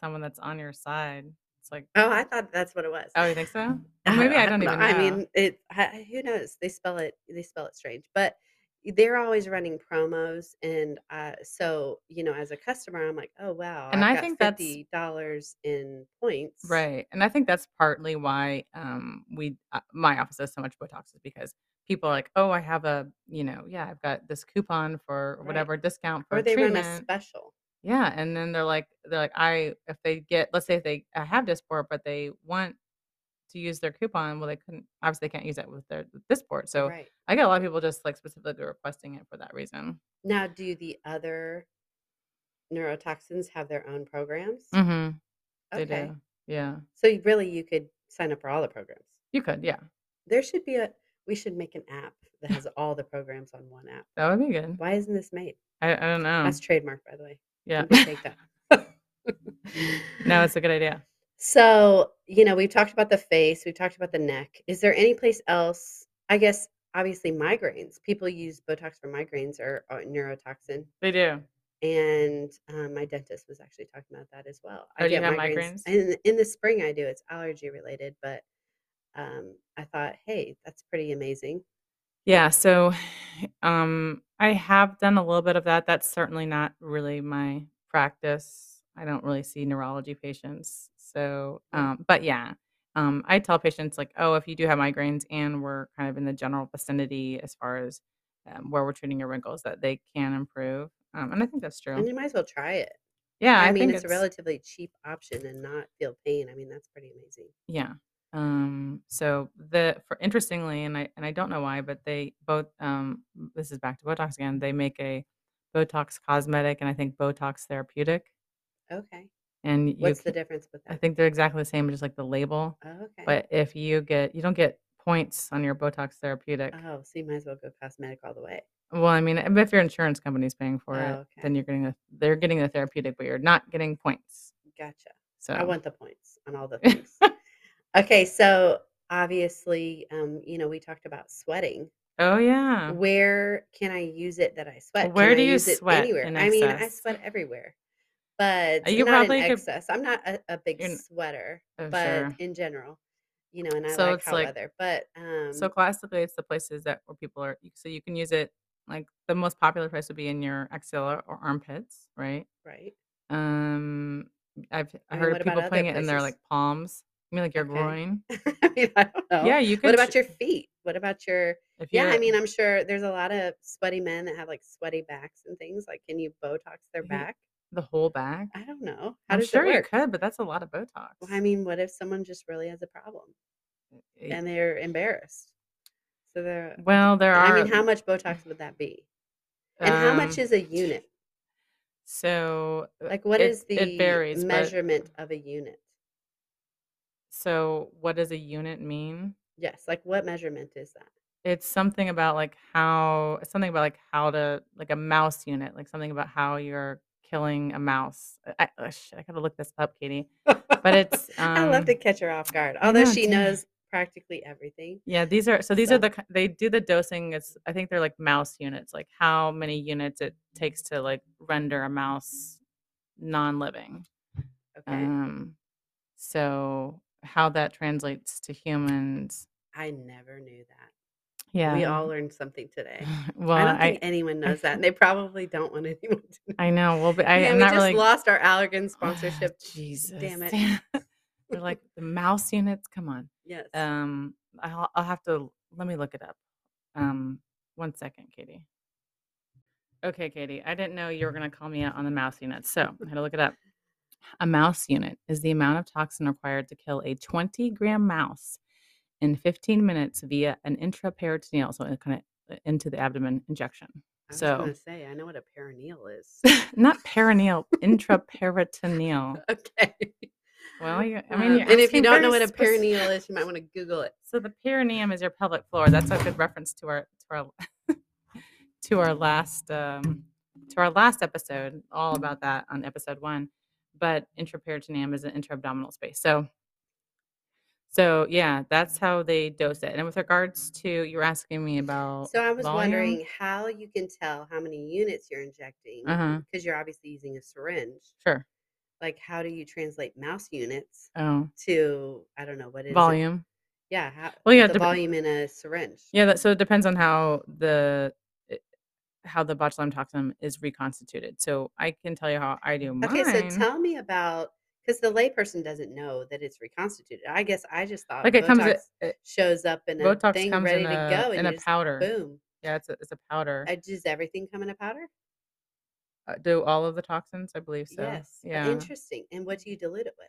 [SPEAKER 1] someone that's on your side. It's like,
[SPEAKER 2] Oh, I thought that's what it was.
[SPEAKER 1] oh, you think so? Well, maybe I don't
[SPEAKER 2] know.
[SPEAKER 1] even know.
[SPEAKER 2] I mean, it. I, I- who knows? They spell it. They spell it strange, but they're always running promos, and uh, so you know, as a customer, I'm like, oh wow,
[SPEAKER 1] And
[SPEAKER 2] I've
[SPEAKER 1] I
[SPEAKER 2] got
[SPEAKER 1] think that's-
[SPEAKER 2] fifty dollars in points.
[SPEAKER 1] right. And I think that's partly why um, we, uh, my office has so much Botox is because people are like, oh, I have a, you know, yeah, I've got this coupon for
[SPEAKER 2] Right.
[SPEAKER 1] whatever discount for
[SPEAKER 2] Or they
[SPEAKER 1] treatment.
[SPEAKER 2] run a special.
[SPEAKER 1] Yeah, and then they're like, they're like, I if they get, let's say if they uh, have Dysport, but they want to use their coupon, well, they couldn't obviously can't use it with their with Dysport. So
[SPEAKER 2] Right.
[SPEAKER 1] I get a lot of people just like specifically requesting it for that reason.
[SPEAKER 2] Now, do the other neurotoxins have their own programs?
[SPEAKER 1] Mm-hmm. They
[SPEAKER 2] Okay.
[SPEAKER 1] do. Yeah,
[SPEAKER 2] So you- really, you could sign up for all the programs.
[SPEAKER 1] you could. Yeah,
[SPEAKER 2] There should be a We should make an app that has all the programs on one app.
[SPEAKER 1] That would be good.
[SPEAKER 2] Why isn't this made?
[SPEAKER 1] I, I don't know.
[SPEAKER 2] That's trademark, by the way.
[SPEAKER 1] Um, yeah.
[SPEAKER 2] Somebody Take that.
[SPEAKER 1] No, it's a good idea.
[SPEAKER 2] So, you know, we've talked about the face, we've talked about the neck. Is there any place else? I guess obviously migraines. People use Botox for migraines or, uh neurotoxin.
[SPEAKER 1] They do.
[SPEAKER 2] And um, my dentist was actually talking about that as well.
[SPEAKER 1] Oh, do you have migraines?
[SPEAKER 2] In, in the spring, I do. It's allergy related, but um, I thought, hey, that's pretty amazing.
[SPEAKER 1] Yeah, so um I have done a little bit of that. That's certainly not really my practice. I don't really see neurology patients. So,
[SPEAKER 2] Mm.
[SPEAKER 1] um but yeah. Um I tell patients like, "Oh, if you do have migraines and we're kind of in the general vicinity as far as um, where we're treating your wrinkles that they can improve." Um and I think that's
[SPEAKER 2] And
[SPEAKER 1] true.
[SPEAKER 2] you might as well try it.
[SPEAKER 1] Yeah,
[SPEAKER 2] I,
[SPEAKER 1] I,
[SPEAKER 2] mean,
[SPEAKER 1] think
[SPEAKER 2] it's,
[SPEAKER 1] it's
[SPEAKER 2] a relatively cheap option and not feel pain. I mean, that's pretty amazing.
[SPEAKER 1] Yeah. Um, so the for interestingly, and I and I don't know why, but they both um this is back to Botox again, they make a Botox cosmetic and I think Botox therapeutic.
[SPEAKER 2] Okay.
[SPEAKER 1] And you
[SPEAKER 2] What's the
[SPEAKER 1] ca-
[SPEAKER 2] difference with that?
[SPEAKER 1] I think they're exactly the same, just like the label.
[SPEAKER 2] Oh, okay.
[SPEAKER 1] But if you get you don't get points on your Botox therapeutic.
[SPEAKER 2] oh, so you might as well go cosmetic all the way.
[SPEAKER 1] Well, I mean, if your insurance company's paying for it,
[SPEAKER 2] Oh,
[SPEAKER 1] then you're getting the they're getting the therapeutic, but you're not getting points.
[SPEAKER 2] Gotcha.
[SPEAKER 1] So
[SPEAKER 2] I want the points on all the things. okay, so obviously, um, you know, we talked about sweating.
[SPEAKER 1] Oh yeah.
[SPEAKER 2] Where can I use it that I sweat? Can
[SPEAKER 1] Where
[SPEAKER 2] I
[SPEAKER 1] do you
[SPEAKER 2] use it
[SPEAKER 1] sweat
[SPEAKER 2] Anywhere.
[SPEAKER 1] in
[SPEAKER 2] I mean, I
[SPEAKER 1] excess? Uh,
[SPEAKER 2] sweat everywhere, but
[SPEAKER 1] you
[SPEAKER 2] not
[SPEAKER 1] probably
[SPEAKER 2] in
[SPEAKER 1] could-
[SPEAKER 2] excess. I'm not a, a big
[SPEAKER 1] You're n-
[SPEAKER 2] sweater,
[SPEAKER 1] Oh,
[SPEAKER 2] but
[SPEAKER 1] sure.
[SPEAKER 2] in general, you know, and I
[SPEAKER 1] So
[SPEAKER 2] like
[SPEAKER 1] it's
[SPEAKER 2] hot
[SPEAKER 1] like-
[SPEAKER 2] weather. But um,
[SPEAKER 1] So classically, it's the places that where people are. So you can use it. Like the most popular place would be in your axilla or armpits, right?
[SPEAKER 2] right,
[SPEAKER 1] Um, I've I
[SPEAKER 2] And
[SPEAKER 1] heard
[SPEAKER 2] what about
[SPEAKER 1] people
[SPEAKER 2] other
[SPEAKER 1] putting it in their
[SPEAKER 2] places?
[SPEAKER 1] like palms. I mean, like your
[SPEAKER 2] Okay.
[SPEAKER 1] groin.
[SPEAKER 2] I mean, I don't know.
[SPEAKER 1] Yeah, you could.
[SPEAKER 2] What about
[SPEAKER 1] sh-
[SPEAKER 2] your feet? What about your?
[SPEAKER 1] If
[SPEAKER 2] Yeah, I
[SPEAKER 1] you're-
[SPEAKER 2] mean, uh, I'm sure there's a lot of sweaty men that have like sweaty backs and things. Like, can you Botox their
[SPEAKER 1] You-
[SPEAKER 2] back?
[SPEAKER 1] the whole back.
[SPEAKER 2] I don't know. How
[SPEAKER 1] Mm-hmm. I'm
[SPEAKER 2] does
[SPEAKER 1] sure
[SPEAKER 2] it
[SPEAKER 1] you
[SPEAKER 2] work?
[SPEAKER 1] could, but that's a lot of Botox.
[SPEAKER 2] Well, I mean, what if someone just really has a problem
[SPEAKER 1] Y-
[SPEAKER 2] and they're embarrassed? So they're.
[SPEAKER 1] well, there are.
[SPEAKER 2] I mean, how much Botox would that be? And how much
[SPEAKER 1] um,
[SPEAKER 2] is a unit?
[SPEAKER 1] so? uh,
[SPEAKER 2] Like, what
[SPEAKER 1] it-
[SPEAKER 2] is
[SPEAKER 1] it
[SPEAKER 2] the
[SPEAKER 1] varies, but-
[SPEAKER 2] measurement of a unit?
[SPEAKER 1] So, what does a unit mean?
[SPEAKER 2] Yes, like what measurement is that?
[SPEAKER 1] it's something about like how it's something about like how to like a mouse unit like something about how you're killing a mouse I- i, oh, shit, I gotta look this up katie
[SPEAKER 2] But
[SPEAKER 1] it's,
[SPEAKER 2] I love
[SPEAKER 1] um,
[SPEAKER 2] to catch her off guard,
[SPEAKER 1] I
[SPEAKER 2] although
[SPEAKER 1] know,
[SPEAKER 2] she
[SPEAKER 1] too.
[SPEAKER 2] knows practically everything.
[SPEAKER 1] yeah these are so these
[SPEAKER 2] So-
[SPEAKER 1] are the ki- they do the dosing it's i think they're like mouse units like how many units it takes to like render a mouse non-living
[SPEAKER 2] Okay.
[SPEAKER 1] um so how that translates to humans
[SPEAKER 2] I never knew that.
[SPEAKER 1] yeah
[SPEAKER 2] We all learned something today.
[SPEAKER 1] well
[SPEAKER 2] Eh, I don't
[SPEAKER 1] i
[SPEAKER 2] think anyone knows that, and they probably don't want anyone to know.
[SPEAKER 1] I know. Well, but I,
[SPEAKER 2] Man,
[SPEAKER 1] am
[SPEAKER 2] we
[SPEAKER 1] not
[SPEAKER 2] just
[SPEAKER 1] really Oh,
[SPEAKER 2] lost our Allergan sponsorship.
[SPEAKER 1] Jesus,
[SPEAKER 2] Damn it.
[SPEAKER 1] They're like the mouse units. Come on.
[SPEAKER 2] Yes.
[SPEAKER 1] Um, I'll I'll have to let me look it up. Um, one second, Katie. Okay, Katie. I didn't know you were gonna call me out on the mouse units, so I had to look it up. A mouse unit is the amount of toxin required to kill a 20 gram mouse in 15 minutes via an intraperitoneal, so kind of into the abdomen injection.
[SPEAKER 2] I was
[SPEAKER 1] so-
[SPEAKER 2] going to say, I know what a perineal is.
[SPEAKER 1] Not perineal, intraperitoneal.
[SPEAKER 2] okay.
[SPEAKER 1] Well, uh, you, I mean,
[SPEAKER 2] Um,
[SPEAKER 1] you're
[SPEAKER 2] and if you
[SPEAKER 1] asking
[SPEAKER 2] don't know
[SPEAKER 1] very
[SPEAKER 2] what a
[SPEAKER 1] spec-
[SPEAKER 2] perineal is, you might want to Google it.
[SPEAKER 1] So the perineum is your pelvic floor. That's a good reference to our to our to our last um, to our last episode, all about that on episode one. But intraperitoneum is an intra-abdominal space. So so yeah, that's how they dose it. And with regards to you were asking me about
[SPEAKER 2] So I was
[SPEAKER 1] Oh, volume?
[SPEAKER 2] wondering how you can tell how many units you're injecting because
[SPEAKER 1] Uh-huh.
[SPEAKER 2] you're obviously using a syringe.
[SPEAKER 1] Sure.
[SPEAKER 2] Like, how do you translate mouse units
[SPEAKER 1] Oh.
[SPEAKER 2] to I don't know what it is it-
[SPEAKER 1] Volume.
[SPEAKER 2] Yeah. How,
[SPEAKER 1] Well, yeah,
[SPEAKER 2] The
[SPEAKER 1] dep-
[SPEAKER 2] volume in a syringe.
[SPEAKER 1] Yeah, that, so it depends on how the it- how the botulinum toxin is reconstituted. So I can tell you how I do mine.
[SPEAKER 2] Okay, so tell me about because the layperson doesn't know that it's reconstituted. I guess I just thought
[SPEAKER 1] like it comes
[SPEAKER 2] Botox
[SPEAKER 1] it- it-
[SPEAKER 2] shows up in a
[SPEAKER 1] Botox
[SPEAKER 2] thing
[SPEAKER 1] comes
[SPEAKER 2] ready
[SPEAKER 1] in
[SPEAKER 2] to
[SPEAKER 1] a,
[SPEAKER 2] go and
[SPEAKER 1] in
[SPEAKER 2] you
[SPEAKER 1] a
[SPEAKER 2] just
[SPEAKER 1] powder.
[SPEAKER 2] boom.
[SPEAKER 1] Yeah, it's a, it's a powder.
[SPEAKER 2] Uh, does everything come in a powder?
[SPEAKER 1] Uh, do all of the toxins? I believe so.
[SPEAKER 2] yes. Uh,
[SPEAKER 1] Yeah. It's
[SPEAKER 2] Interesting. And what do you dilute it with?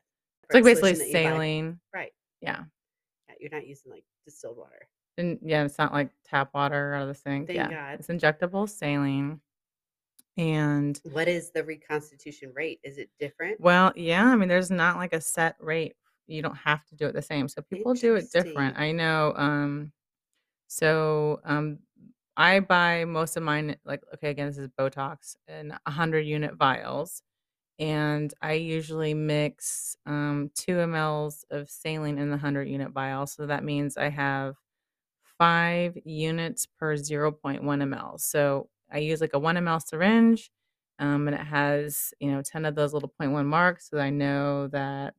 [SPEAKER 2] Or
[SPEAKER 1] like basically
[SPEAKER 2] solution that you buy?
[SPEAKER 1] saline.
[SPEAKER 2] Right.
[SPEAKER 1] Yeah.
[SPEAKER 2] Yeah, You're not using like distilled water.
[SPEAKER 1] And yeah, it's not like tap water out of the sink.
[SPEAKER 2] Thank
[SPEAKER 1] yeah.
[SPEAKER 2] God.
[SPEAKER 1] It's injectable saline. And
[SPEAKER 2] What is the reconstitution rate? Is it different?
[SPEAKER 1] well, yeah, I mean, there's not like a set rate. You don't have to do it the same. So people do it different.
[SPEAKER 2] Interesting.
[SPEAKER 1] I know. Um, So um, I buy most of mine, like, okay, again, this is Botox in 100 unit vials. And I usually mix um, two mLs of saline in the 100 unit vial. So that means I have five units per 0.1 ml. So I use like a 1 ml syringe. Um, and it has, you know, 10 of those little 0.1 marks. So I know that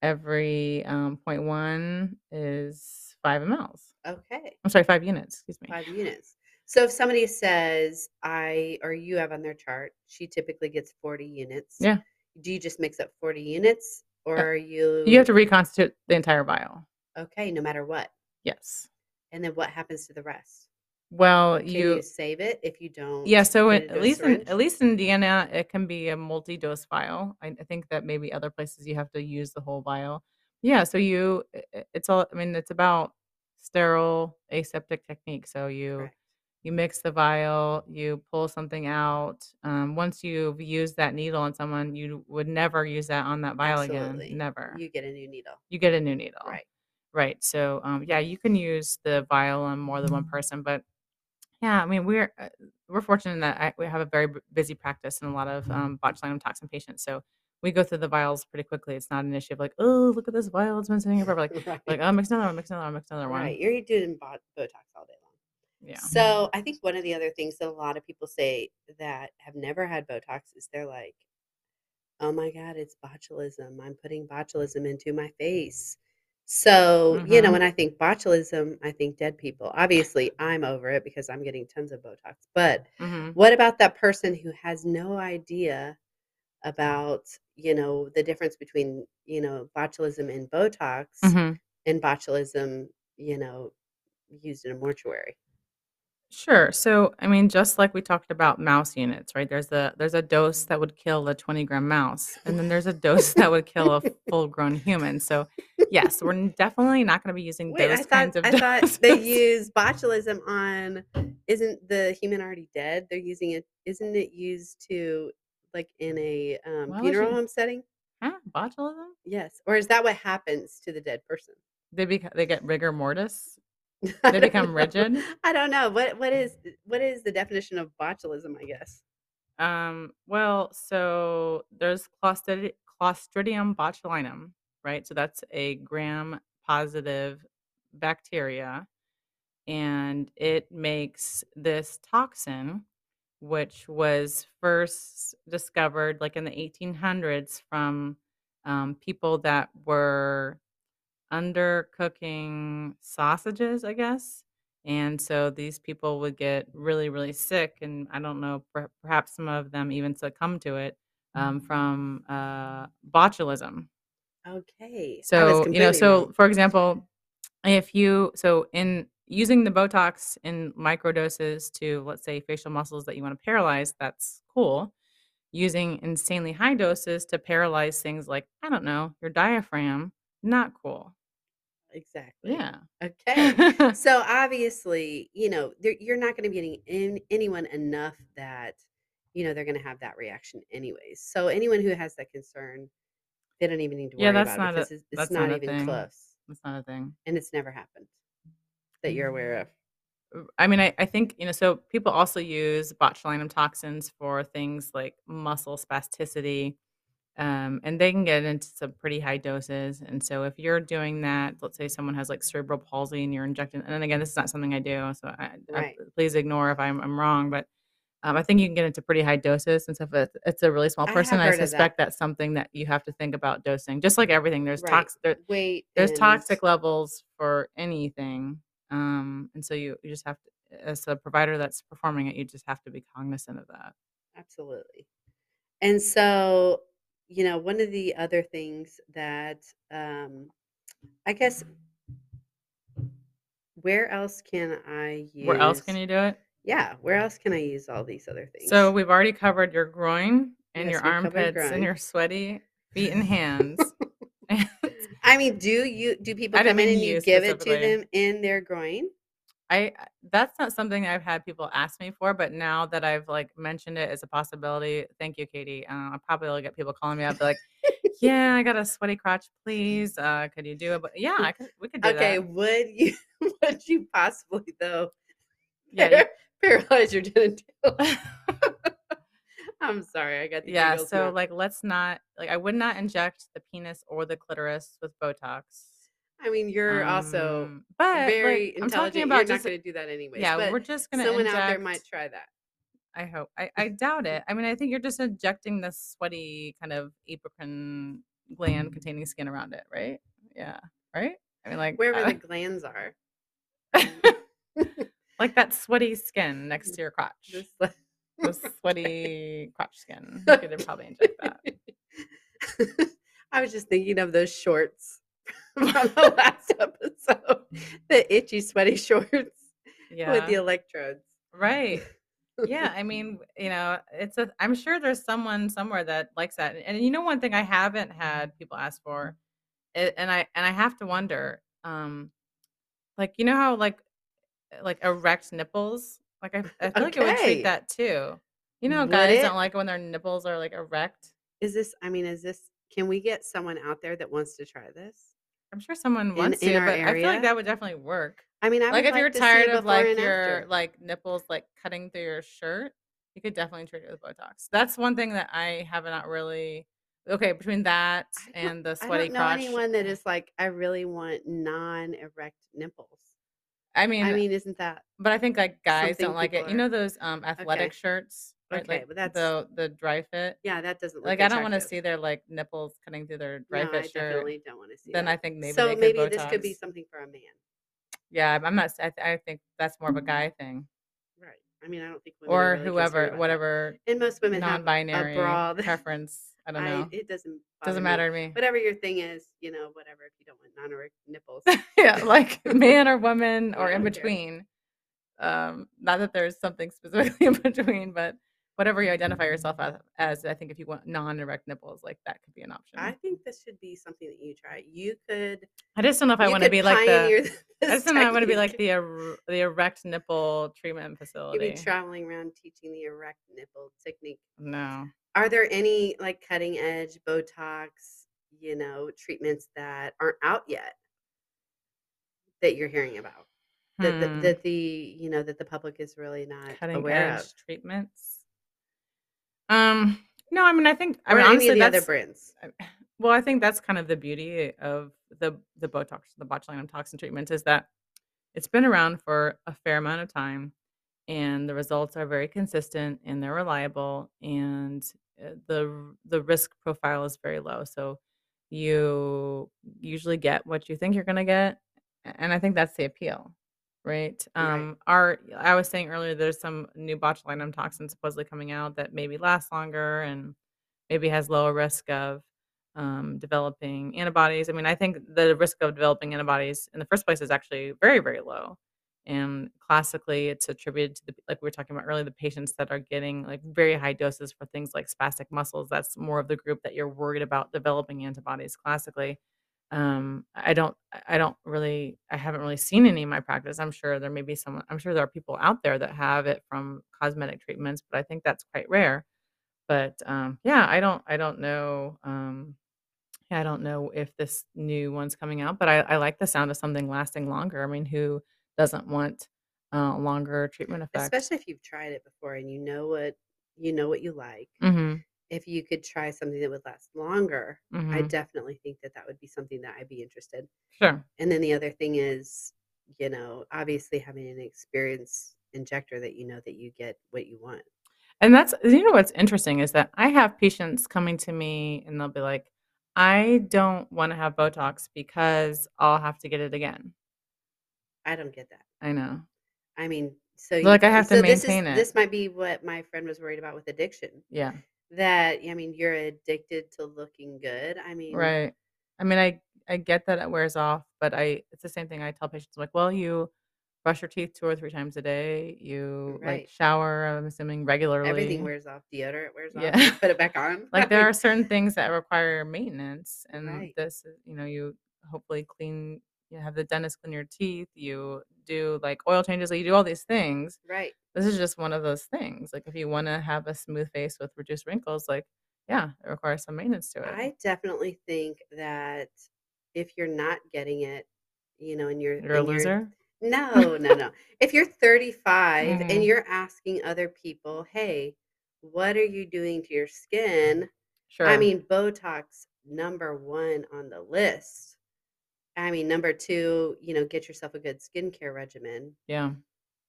[SPEAKER 1] every um, 0.1 is five mLs.
[SPEAKER 2] Okay.
[SPEAKER 1] I'm sorry, five units. Excuse me.
[SPEAKER 2] Five units. So if somebody says I or you have on their chart, she typically gets 40 units.
[SPEAKER 1] Yeah.
[SPEAKER 2] Do you just mix up 40 units or are you
[SPEAKER 1] You have to reconstitute the entire vial.
[SPEAKER 2] okay, no matter what.
[SPEAKER 1] Yes.
[SPEAKER 2] And then what happens to the rest?
[SPEAKER 1] Well,
[SPEAKER 2] Can you,
[SPEAKER 1] you.
[SPEAKER 2] save it if you don't?
[SPEAKER 1] Yeah. So
[SPEAKER 2] put
[SPEAKER 1] in,
[SPEAKER 2] it
[SPEAKER 1] at
[SPEAKER 2] a
[SPEAKER 1] least in
[SPEAKER 2] syringe?
[SPEAKER 1] at least in Indiana, it can be a multi-dose vial. I, I think that maybe other places you have to use the whole vial. Yeah. So you, i- i- it's all. I mean, it's about sterile aseptic technique. So you.
[SPEAKER 2] Correct.
[SPEAKER 1] you mix the vial, you pull something out. Um, once you've used that needle on someone, you would never use that on that vial
[SPEAKER 2] Absolutely.
[SPEAKER 1] again. Never. You,
[SPEAKER 2] You get a new needle.
[SPEAKER 1] get a new needle.
[SPEAKER 2] Right.
[SPEAKER 1] Right. So, um, yeah, you can use the vial on more than
[SPEAKER 2] Mm-hmm.
[SPEAKER 1] one person, but yeah, I mean, we're uh, we're fortunate that I, we have a very b- busy practice and a lot
[SPEAKER 2] Mm-hmm.
[SPEAKER 1] of um, botulinum toxin patients. So we go through the vials pretty quickly. It's not an issue of like, oh, look at this vial; it's been sitting here forever. Like,
[SPEAKER 2] right.
[SPEAKER 1] like, oh, mix another one, mix another one, mix another one.
[SPEAKER 2] right. You're doing bot- Botox all day long.
[SPEAKER 1] Yeah.
[SPEAKER 2] So I think one of the other things that a lot of people say that have never had Botox is they're like, "Oh my God, it's botulism. I'm putting botulism into my face." So you know,
[SPEAKER 1] Mhm.
[SPEAKER 2] when I think botulism, I think dead people. Obviously, I'm over it because I'm getting tons of Botox. But
[SPEAKER 1] hmm
[SPEAKER 2] what about that person who has no idea about you know the difference between you know botulism and Botox
[SPEAKER 1] hmm
[SPEAKER 2] and botulism, you know, used in a mortuary?
[SPEAKER 1] Sure. So, I mean, just like we talked about mouse units, right? There's a there's a dose that would kill a 20 gram mouse, and then there's a dose that would kill a full grown human. So, yes, we're n- definitely not going to be using
[SPEAKER 2] Wait,
[SPEAKER 1] those
[SPEAKER 2] I thought
[SPEAKER 1] kinds of
[SPEAKER 2] I
[SPEAKER 1] doses.
[SPEAKER 2] thought they use botulism on isn't the human already dead? They're using it isn't it used to like in a um,
[SPEAKER 1] Why would
[SPEAKER 2] funeral
[SPEAKER 1] you-
[SPEAKER 2] home setting?
[SPEAKER 1] huh? Botulism?
[SPEAKER 2] Yes. Or is that what happens to the dead person?
[SPEAKER 1] They bec they get rigor mortis. They
[SPEAKER 2] I don't
[SPEAKER 1] become
[SPEAKER 2] know.
[SPEAKER 1] rigid.
[SPEAKER 2] I don't know. What what is what is the definition of botulism, I guess?
[SPEAKER 1] Um, well, so there's Clostridi- Clostridium botulinum, right? So that's a gram positive bacteria. and it makes this toxin which was first discovered like in the 1800s from um, people that were undercooking sausages i guess and so these people would get really really sick and i don't know per- perhaps some of them even succumb to it um,
[SPEAKER 2] Mm-hmm.
[SPEAKER 1] from uh, botulism
[SPEAKER 2] Okay. I was
[SPEAKER 1] so you know
[SPEAKER 2] completely
[SPEAKER 1] so
[SPEAKER 2] wrong.
[SPEAKER 1] for example if you so in using the botox in microdoses to let's say facial muscles that you want to paralyze that's cool using insanely high doses to paralyze things like i don't know your diaphragm not cool
[SPEAKER 2] Exactly.
[SPEAKER 1] yeah
[SPEAKER 2] Okay. So obviously, you know, there- you're not going to be getting in, anyone enough that, you know, they're going to have that reaction anyways. So anyone who has that concern, they don't even need to
[SPEAKER 1] yeah
[SPEAKER 2] worry
[SPEAKER 1] that's
[SPEAKER 2] about it
[SPEAKER 1] not a
[SPEAKER 2] because it's, it's
[SPEAKER 1] that's
[SPEAKER 2] not
[SPEAKER 1] not a
[SPEAKER 2] even
[SPEAKER 1] thing
[SPEAKER 2] close
[SPEAKER 1] that's not a thing
[SPEAKER 2] and it's never happened that you're aware of.
[SPEAKER 1] R- I mean, I, I think, you know, so people also use botulinum toxins for things like muscle spasticity, um, and they can get into some pretty high doses. And so if you're doing that, let's say someone has like cerebral palsy and you're injecting, and then again, this is not something I do, so I, I,
[SPEAKER 2] Right.
[SPEAKER 1] please ignore if I'm, I'm wrong, but um, I think you can get into pretty high doses. And so if it's, it's a really small
[SPEAKER 2] I have
[SPEAKER 1] person, I
[SPEAKER 2] heard of that.
[SPEAKER 1] suspect that's something that you have to think about dosing. Just like everything, there's
[SPEAKER 2] Right.
[SPEAKER 1] tox, there,
[SPEAKER 2] Weight
[SPEAKER 1] there's
[SPEAKER 2] and
[SPEAKER 1] toxic levels for anything um and so you, you just have to as a provider that's performing it you just have to be cognizant of that
[SPEAKER 2] absolutely. And so, you know, one of the other things that um, I guess where else can I
[SPEAKER 1] where else can
[SPEAKER 2] use
[SPEAKER 1] you do it
[SPEAKER 2] yeah, where else can I use all these other things?
[SPEAKER 1] so we've already covered your groin and your
[SPEAKER 2] yes, we covered
[SPEAKER 1] armpits and
[SPEAKER 2] groin.
[SPEAKER 1] your sweaty feet and hands i
[SPEAKER 2] I mean, do you do people
[SPEAKER 1] didn't
[SPEAKER 2] come in
[SPEAKER 1] mean
[SPEAKER 2] and you
[SPEAKER 1] you
[SPEAKER 2] give it to
[SPEAKER 1] specifically
[SPEAKER 2] them in their groin?
[SPEAKER 1] I I- that's not something I've had people ask me for, but now that I've like mentioned it as a possibility, thank you, Katie. Uh, I probably will get people calling me up, be like, "Yeah, I got a sweaty crotch, please. Uh, could you do it?" But yeah, I could, we could do
[SPEAKER 2] Okay,
[SPEAKER 1] that.
[SPEAKER 2] would you could you possibly though
[SPEAKER 1] Yeah, you-
[SPEAKER 2] paralyze your genitalia? I'm sorry, I got the
[SPEAKER 1] yeah.
[SPEAKER 2] giggles
[SPEAKER 1] So
[SPEAKER 2] now.
[SPEAKER 1] like, let's not like I would not inject the penis or the clitoris with Botox.
[SPEAKER 2] I mean, you're also
[SPEAKER 1] Um, but like,
[SPEAKER 2] very
[SPEAKER 1] I'm talking
[SPEAKER 2] intelligent.
[SPEAKER 1] about
[SPEAKER 2] You're
[SPEAKER 1] just
[SPEAKER 2] not going to do that anyway.
[SPEAKER 1] yeah.
[SPEAKER 2] but
[SPEAKER 1] we're just gonna
[SPEAKER 2] someone
[SPEAKER 1] inject,
[SPEAKER 2] out there might try that.
[SPEAKER 1] I hope. I, I doubt it. I mean, I think you're just injecting this sweaty kind of apocrine
[SPEAKER 2] Mm-hmm.
[SPEAKER 1] gland containing skin around it, right? Yeah. Right. I mean, like
[SPEAKER 2] Wherever
[SPEAKER 1] uh,
[SPEAKER 2] the glands are,
[SPEAKER 1] like that sweaty skin next
[SPEAKER 2] Mm-hmm.
[SPEAKER 1] to your crotch.
[SPEAKER 2] just like
[SPEAKER 1] the sweaty crotch skin. You could probably inject that.
[SPEAKER 2] I was just thinking of those shorts from the last episode, the itchy, sweaty shorts
[SPEAKER 1] Mm-hmm. Yeah.
[SPEAKER 2] with the electrodes.
[SPEAKER 1] Right. Yeah. I mean, you know, it's a, I'm sure there's someone somewhere that likes that. And you know, one thing I haven't had people ask for, a- and I, and I have to wonder, um, like, you know how like, like erect nipples, like I, I feel like it would
[SPEAKER 2] Okay.
[SPEAKER 1] treat that too. You know,
[SPEAKER 2] Would
[SPEAKER 1] guys
[SPEAKER 2] it?
[SPEAKER 1] don't like it when their nipples are like erect.
[SPEAKER 2] Is this? I mean, is this? Can we get someone out there that wants to try this?
[SPEAKER 1] I'm sure someone
[SPEAKER 2] In-
[SPEAKER 1] wants
[SPEAKER 2] in
[SPEAKER 1] to,
[SPEAKER 2] our
[SPEAKER 1] but I feel
[SPEAKER 2] area?
[SPEAKER 1] like that would definitely work.
[SPEAKER 2] I mean, I
[SPEAKER 1] like
[SPEAKER 2] would
[SPEAKER 1] if you're
[SPEAKER 2] to see
[SPEAKER 1] tired
[SPEAKER 2] a
[SPEAKER 1] of
[SPEAKER 2] before
[SPEAKER 1] like
[SPEAKER 2] and
[SPEAKER 1] your
[SPEAKER 2] after.
[SPEAKER 1] like nipples like cutting through your shirt, you could definitely treat it with Botox. That's one thing that I have not really okay between that
[SPEAKER 2] I don't-
[SPEAKER 1] and the
[SPEAKER 2] I
[SPEAKER 1] sweaty
[SPEAKER 2] don't know
[SPEAKER 1] crotch.
[SPEAKER 2] anyone that is like, I really want non-erect nipples.
[SPEAKER 1] I mean,
[SPEAKER 2] I mean, isn't that
[SPEAKER 1] but I think like guys
[SPEAKER 2] something
[SPEAKER 1] don't like it.
[SPEAKER 2] people
[SPEAKER 1] You know
[SPEAKER 2] are-
[SPEAKER 1] those um athletic
[SPEAKER 2] Okay.
[SPEAKER 1] shirts, right?
[SPEAKER 2] Okay,
[SPEAKER 1] like
[SPEAKER 2] but that's-
[SPEAKER 1] the the dry fit.
[SPEAKER 2] yeah? That doesn't look
[SPEAKER 1] Like I don't want to
[SPEAKER 2] attractive.
[SPEAKER 1] see their like nipples cutting through their dry
[SPEAKER 2] no, I
[SPEAKER 1] fit shirt.
[SPEAKER 2] definitely don't want to see.
[SPEAKER 1] Then
[SPEAKER 2] that.
[SPEAKER 1] I think maybe
[SPEAKER 2] so.
[SPEAKER 1] they could
[SPEAKER 2] maybe this could be
[SPEAKER 1] Botox.
[SPEAKER 2] something for a man,
[SPEAKER 1] Yeah, I'm- I'm not. s- I, th- I think that's more of a guy thing
[SPEAKER 2] right? I mean, I don't think women are
[SPEAKER 1] or
[SPEAKER 2] Mm-hmm. really concerned about
[SPEAKER 1] whoever,
[SPEAKER 2] that.
[SPEAKER 1] whatever
[SPEAKER 2] And most women have
[SPEAKER 1] non-binary
[SPEAKER 2] a bra. that-
[SPEAKER 1] preference. I don't know.
[SPEAKER 2] it doesn't bother
[SPEAKER 1] Doesn't
[SPEAKER 2] me.
[SPEAKER 1] matter to me.
[SPEAKER 2] Whatever your thing is, you know, whatever. If you don't want non-erect nipples,
[SPEAKER 1] yeah, like man or woman or
[SPEAKER 2] Yeah,
[SPEAKER 1] in
[SPEAKER 2] I don't care.
[SPEAKER 1] between. Um, not that there's something specifically in between, but whatever you identify yourself
[SPEAKER 2] Mm-hmm.
[SPEAKER 1] as, as I think if you want non-erect nipples, like that could be an option.
[SPEAKER 2] I
[SPEAKER 1] I,
[SPEAKER 2] think this should be something that you try. You could.
[SPEAKER 1] just don't know if I
[SPEAKER 2] you
[SPEAKER 1] want to
[SPEAKER 2] could
[SPEAKER 1] be like the.
[SPEAKER 2] pioneer
[SPEAKER 1] I
[SPEAKER 2] this
[SPEAKER 1] just don't know. I want to be like
[SPEAKER 2] technique.
[SPEAKER 1] the er- the erect nipple treatment
[SPEAKER 2] You'd be
[SPEAKER 1] facility.
[SPEAKER 2] traveling around teaching the erect nipple technique.
[SPEAKER 1] no,
[SPEAKER 2] Are there any like cutting edge Botox, you know, treatments that aren't out yet that you're hearing about? That,
[SPEAKER 1] Hmm.
[SPEAKER 2] that, that the you know that the public is really not
[SPEAKER 1] cutting
[SPEAKER 2] aware
[SPEAKER 1] edge
[SPEAKER 2] of.
[SPEAKER 1] treatments. Um, no, I mean, I think I
[SPEAKER 2] or
[SPEAKER 1] mean
[SPEAKER 2] any
[SPEAKER 1] honestly,
[SPEAKER 2] of the
[SPEAKER 1] that's
[SPEAKER 2] other brands.
[SPEAKER 1] I- well, I think that's kind of the beauty of the the Botox, the botulinum toxin treatment, is that it's been around for a fair amount of time, and the results are very consistent and they're reliable, and uh, the r- the risk profile is very low. So you usually get what you think you're going to get, a- and I think that's the appeal. Right.
[SPEAKER 2] Right.
[SPEAKER 1] Um, our I was saying earlier there's some new botulinum toxin supposedly coming out that maybe lasts longer and maybe has lower risk of um, developing antibodies. I mean, I think the risk of developing antibodies in the first place is actually very, very low. And classically, it's attributed to the, like we were talking about earlier, the patients that are getting like very high doses for things like spastic muscles. That's more of the group that you're worried about developing antibodies classically. Um, I don't, I- I don't really, I haven't really seen any in my practice. I'm sure there may be someone, I'm sure there are people out there that have it from cosmetic treatments, but I think that's quite rare. But um, yeah, I don't, I don't know. Um, yeah, I don't know if this new one's coming out, but I, I like the sound of something lasting longer. I mean, who doesn't want uh, longer treatment effect?
[SPEAKER 2] Especially if you've tried it before and you know what you know what you like.
[SPEAKER 1] hmm
[SPEAKER 2] If you could try something that would last longer, I
[SPEAKER 1] hmm
[SPEAKER 2] definitely think that that would be something that I'd be interested.
[SPEAKER 1] Sure.
[SPEAKER 2] And then the other thing is, you know, obviously having an experienced injector that you know that you get what you want.
[SPEAKER 1] And that's, you know, what's interesting is that I have patients coming to me and they'll be like, I don't want to have Botox because I'll have to get it again.
[SPEAKER 2] I don't get that.
[SPEAKER 1] I know.
[SPEAKER 2] I mean, so
[SPEAKER 1] Like, I have to
[SPEAKER 2] this is-
[SPEAKER 1] maintain it.
[SPEAKER 2] This might be what my friend was worried about with addiction.
[SPEAKER 1] Yeah.
[SPEAKER 2] That I mean, you're addicted to looking good. I mean,
[SPEAKER 1] Right. I mean, I I get that it wears off, but I it's the same thing I tell patients. I'm like, well, you brush your teeth two or three times a day. You like
[SPEAKER 2] Right.
[SPEAKER 1] shower. I'm assuming regularly.
[SPEAKER 2] Everything wears off. Deodorant wears
[SPEAKER 1] Yeah.
[SPEAKER 2] off. You put it back on.
[SPEAKER 1] like there are certain things that require maintenance, and
[SPEAKER 2] Right.
[SPEAKER 1] this, is- you know, you hopefully clean. You have the dentist clean your teeth. You do like oil changes. Like you do all these things.
[SPEAKER 2] right.
[SPEAKER 1] This is just one of those things. Like if you want to have a smooth face with reduced wrinkles, like yeah, it requires some maintenance to it.
[SPEAKER 2] I definitely think that if you're not getting it, you know, and you're
[SPEAKER 1] You're a
[SPEAKER 2] and
[SPEAKER 1] loser.
[SPEAKER 2] No, no, no. If you're 35 and
[SPEAKER 1] Mhm.
[SPEAKER 2] you're asking other people, hey, what are you doing to your skin?
[SPEAKER 1] Sure.
[SPEAKER 2] I mean, Botox, number one on the list. I mean, number two, you know, get yourself a good skincare regimen.
[SPEAKER 1] yeah.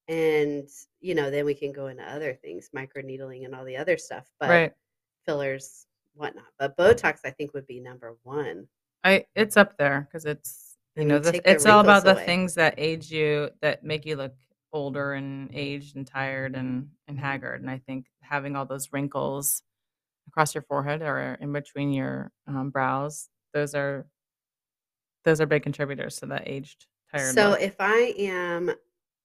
[SPEAKER 2] And, you know, then we can go into other things, microneedling and all the other stuff, but
[SPEAKER 1] Right.
[SPEAKER 2] fillers, whatnot. But Botox, I think, would be number one.
[SPEAKER 1] I it's up there because it's
[SPEAKER 2] I
[SPEAKER 1] you know
[SPEAKER 2] mean,
[SPEAKER 1] the,
[SPEAKER 2] take the
[SPEAKER 1] it's all about
[SPEAKER 2] wrinkles
[SPEAKER 1] the
[SPEAKER 2] away.
[SPEAKER 1] things that age you that make you look older and aged and tired and and haggard. And I think having all those wrinkles across your forehead or in between your um, brows, those are those are big contributors to that aged tired.
[SPEAKER 2] So
[SPEAKER 1] look.
[SPEAKER 2] if I am,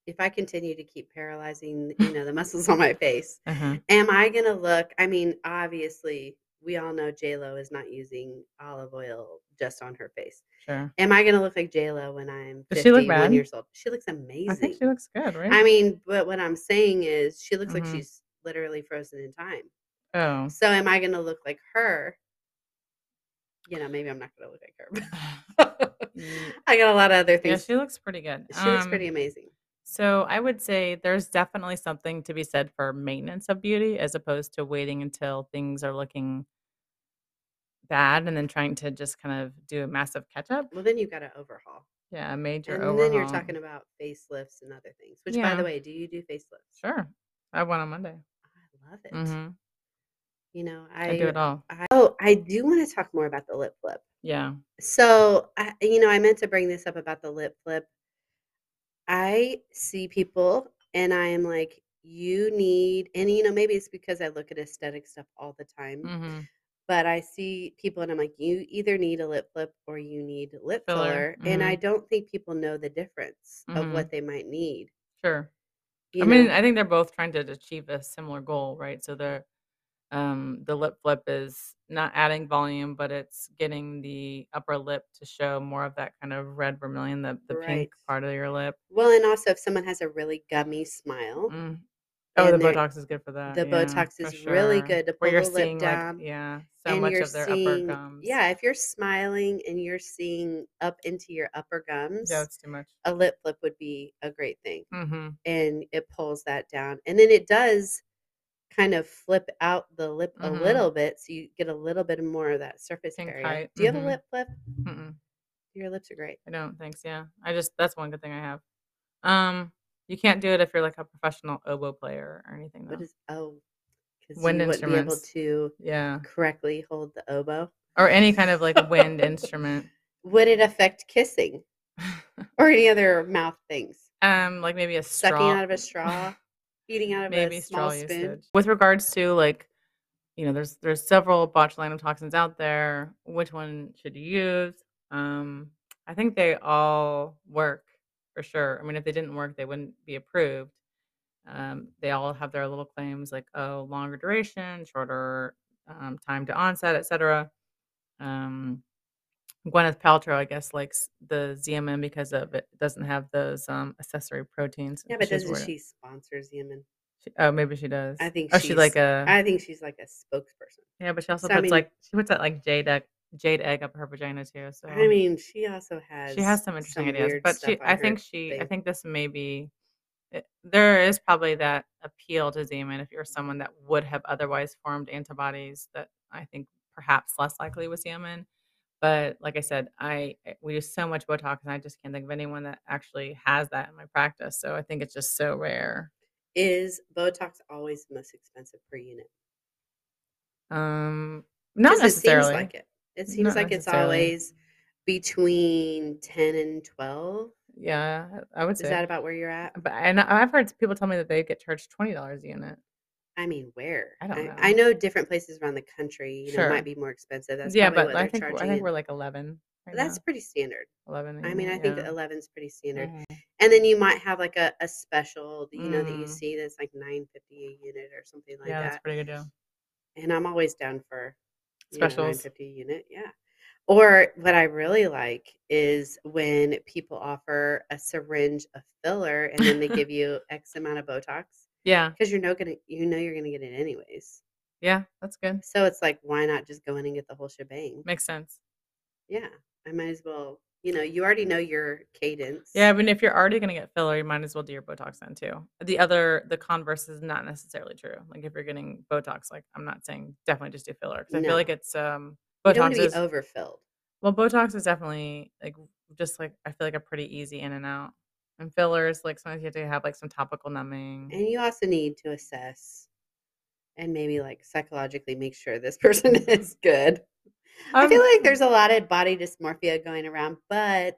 [SPEAKER 2] if I continue to keep paralyzing, you know, the muscles on my face,
[SPEAKER 1] Uh-huh.
[SPEAKER 2] am I gonna look? I mean, obviously, we all know J Lo is not using olive oil just on her face.
[SPEAKER 1] Sure.
[SPEAKER 2] Am I gonna look like J Lo when I'm
[SPEAKER 1] Does she look
[SPEAKER 2] 51
[SPEAKER 1] bad?
[SPEAKER 2] years old? She looks amazing.
[SPEAKER 1] I think she looks good, right?
[SPEAKER 2] I mean, but what I'm saying is, she looks
[SPEAKER 1] Mhm.
[SPEAKER 2] like she's literally frozen in time.
[SPEAKER 1] oh.
[SPEAKER 2] So am I gonna look like her? You know, maybe I'm not gonna look like her. but
[SPEAKER 1] Mm,
[SPEAKER 2] I got a lot of other
[SPEAKER 1] Yeah,
[SPEAKER 2] things.
[SPEAKER 1] she looks pretty good.
[SPEAKER 2] she looks pretty
[SPEAKER 1] Um,
[SPEAKER 2] amazing.
[SPEAKER 1] So I would say there's definitely something to be said for maintenance of beauty as opposed to waiting until things are looking bad and then trying to just kind of do a massive catch up.
[SPEAKER 2] Well, then you've got to overhaul.
[SPEAKER 1] Yeah, a major
[SPEAKER 2] And
[SPEAKER 1] overhaul.
[SPEAKER 2] then you're talking about facelifts and other things. Which, by
[SPEAKER 1] Yeah.
[SPEAKER 2] the way, do you do facelifts?
[SPEAKER 1] sure. I went on Monday.
[SPEAKER 2] I love it.
[SPEAKER 1] hmm
[SPEAKER 2] You know, I,
[SPEAKER 1] I, do it all.
[SPEAKER 2] I oh, I do want to talk more about the lip flip.
[SPEAKER 1] Yeah.
[SPEAKER 2] So, I, you know, I meant to bring this up about the lip flip. I see people, and I am like, you need, and you know, maybe it's because I look at aesthetic stuff all the time.
[SPEAKER 1] hmm
[SPEAKER 2] but I see people and I'm like, you either need a lip flip or you need lip filler.
[SPEAKER 1] Filler, Mm-hmm.
[SPEAKER 2] And I don't think people know the difference of
[SPEAKER 1] Mhm.
[SPEAKER 2] what they might need.
[SPEAKER 1] Sure.
[SPEAKER 2] You
[SPEAKER 1] I mean,
[SPEAKER 2] know?
[SPEAKER 1] I think they're both trying to achieve a similar goal, right? So the um, the lip flip is not adding volume, but it's getting the upper lip to show more of that kind of red vermilion, the the pink
[SPEAKER 2] Right.
[SPEAKER 1] part of your lip.
[SPEAKER 2] well, and also if someone has a really gummy smile,
[SPEAKER 1] Mm. Oh, the
[SPEAKER 2] And they're-
[SPEAKER 1] Botox is good for that.
[SPEAKER 2] the
[SPEAKER 1] yeah,
[SPEAKER 2] Botox
[SPEAKER 1] for
[SPEAKER 2] is really
[SPEAKER 1] sure.
[SPEAKER 2] good to
[SPEAKER 1] Where
[SPEAKER 2] pull
[SPEAKER 1] you're
[SPEAKER 2] the lip
[SPEAKER 1] seeing
[SPEAKER 2] down,
[SPEAKER 1] like yeah, so
[SPEAKER 2] and
[SPEAKER 1] much
[SPEAKER 2] you're
[SPEAKER 1] of their upper
[SPEAKER 2] seeing,
[SPEAKER 1] gums.
[SPEAKER 2] yeah, if you're smiling and you're seeing up into your upper gums,
[SPEAKER 1] yeah, it's too much.
[SPEAKER 2] a lip flip would be a great thing.
[SPEAKER 1] Mm-hmm.
[SPEAKER 2] And it pulls that down. And then it does kind of flip out the lip
[SPEAKER 1] Mhm.
[SPEAKER 2] a little bit so you get a little bit more of that surface
[SPEAKER 1] Pink
[SPEAKER 2] area.
[SPEAKER 1] height,
[SPEAKER 2] Do you have
[SPEAKER 1] mhm.
[SPEAKER 2] a lip flip?
[SPEAKER 1] Mm-mm.
[SPEAKER 2] Your lips are great.
[SPEAKER 1] I don't. Thanks. Yeah, I just that's one good thing I have. Um, you can't do it if you're like a professional oboe player or anything. Though.
[SPEAKER 2] What is oh because
[SPEAKER 1] Wind
[SPEAKER 2] you wouldn't be able
[SPEAKER 1] instruments.
[SPEAKER 2] to
[SPEAKER 1] yeah,
[SPEAKER 2] correctly hold the oboe.
[SPEAKER 1] or any kind of like wind instrument.
[SPEAKER 2] Would it affect kissing or any other mouth things?
[SPEAKER 1] um, like maybe a straw.
[SPEAKER 2] Sucking out of a straw, eating out of
[SPEAKER 1] maybe
[SPEAKER 2] a small
[SPEAKER 1] straw
[SPEAKER 2] spoon.
[SPEAKER 1] usage. With regards to like, you know, there's there's several botulinum toxins out there. Which one should you use? Um, I think they all work for sure. I mean, if they didn't work, they wouldn't be approved. Um, they all have their little claims like, oh, longer duration, shorter um, time to onset, etc. Um, Gwyneth Paltrow, I guess, likes the ZMN because of it doesn't have those um, accessory proteins.
[SPEAKER 2] Yeah, but
[SPEAKER 1] She's
[SPEAKER 2] doesn't
[SPEAKER 1] worried-
[SPEAKER 2] she sponsor Zeman?
[SPEAKER 1] she- oh, maybe she does.
[SPEAKER 2] I think
[SPEAKER 1] Oh, she's like a.
[SPEAKER 2] she's- I think she's like a spokesperson.
[SPEAKER 1] Yeah, but she also
[SPEAKER 2] So, I
[SPEAKER 1] puts
[SPEAKER 2] mean-
[SPEAKER 1] like she puts that like jade egg, jade egg up her vagina too. So
[SPEAKER 2] I mean, she also has
[SPEAKER 1] she has some interesting ideas,
[SPEAKER 2] weird
[SPEAKER 1] but she
[SPEAKER 2] stuff on
[SPEAKER 1] I
[SPEAKER 2] her
[SPEAKER 1] think she I
[SPEAKER 2] thing.
[SPEAKER 1] think this may be it- there is probably that appeal to Zeman if you're someone that would have otherwise formed antibodies that I think perhaps less likely with Zeman. But like I said, I I- we do so much Botox, and I just can't think of anyone that actually has that in my practice. So I think it's just so rare.
[SPEAKER 2] Is Botox always the most expensive per unit?
[SPEAKER 1] Um, not
[SPEAKER 2] 'Cause
[SPEAKER 1] necessarily.
[SPEAKER 2] It seems like it. It seems
[SPEAKER 1] Not
[SPEAKER 2] like it's
[SPEAKER 1] necessarily.
[SPEAKER 2] always between ten and twelve.
[SPEAKER 1] Yeah, I would
[SPEAKER 2] Is
[SPEAKER 1] say
[SPEAKER 2] that about where you're at?
[SPEAKER 1] But and I- I've heard people tell me that they get charged twenty dollars a unit.
[SPEAKER 2] I mean, where?
[SPEAKER 1] I don't
[SPEAKER 2] I, I know different places around the country, you know,
[SPEAKER 1] Sure.
[SPEAKER 2] might be more expensive. That's
[SPEAKER 1] yeah,
[SPEAKER 2] probably
[SPEAKER 1] but
[SPEAKER 2] what
[SPEAKER 1] I
[SPEAKER 2] they're
[SPEAKER 1] think
[SPEAKER 2] charging.
[SPEAKER 1] I think
[SPEAKER 2] in-
[SPEAKER 1] we're like eleven. Right
[SPEAKER 2] That's
[SPEAKER 1] now.
[SPEAKER 2] pretty standard.
[SPEAKER 1] eleven.
[SPEAKER 2] I mean, I think
[SPEAKER 1] yeah.
[SPEAKER 2] eleven's pretty standard.
[SPEAKER 1] Mhm.
[SPEAKER 2] And then you might have like a, a special, you know, that you
[SPEAKER 1] Mm.
[SPEAKER 2] see that's like nine fifty a unit or something like
[SPEAKER 1] yeah,
[SPEAKER 2] that.
[SPEAKER 1] that's a pretty good deal.
[SPEAKER 2] and I'm always down for
[SPEAKER 1] Specials.
[SPEAKER 2] fifty unit, yeah. Or what I really like is when people offer a syringe of filler and then they give you X amount of Botox
[SPEAKER 1] Yeah,
[SPEAKER 2] because you're not gonna you know you're gonna get it anyways.
[SPEAKER 1] yeah, that's good.
[SPEAKER 2] So it's like why not just go in and get the whole shebang?
[SPEAKER 1] Makes sense.
[SPEAKER 2] Yeah, I might as well you know, you already know your cadence.
[SPEAKER 1] Yeah, but if you're already gonna get filler, you might as well do your Botox then too. The other, the converse is not necessarily true. Like if you're getting Botox, like I'm not saying definitely just do filler because I
[SPEAKER 2] No.
[SPEAKER 1] feel like it's um
[SPEAKER 2] You don't
[SPEAKER 1] Botox
[SPEAKER 2] want to
[SPEAKER 1] is
[SPEAKER 2] be overfilled.
[SPEAKER 1] well Botox is definitely like just like I feel like a pretty easy in and out, and fillers like sometimes you have to have like some topical numbing.
[SPEAKER 2] And you also need to assess and maybe like psychologically make sure this person is good. I feel
[SPEAKER 1] Um,
[SPEAKER 2] like there's a lot of body dysmorphia going around, but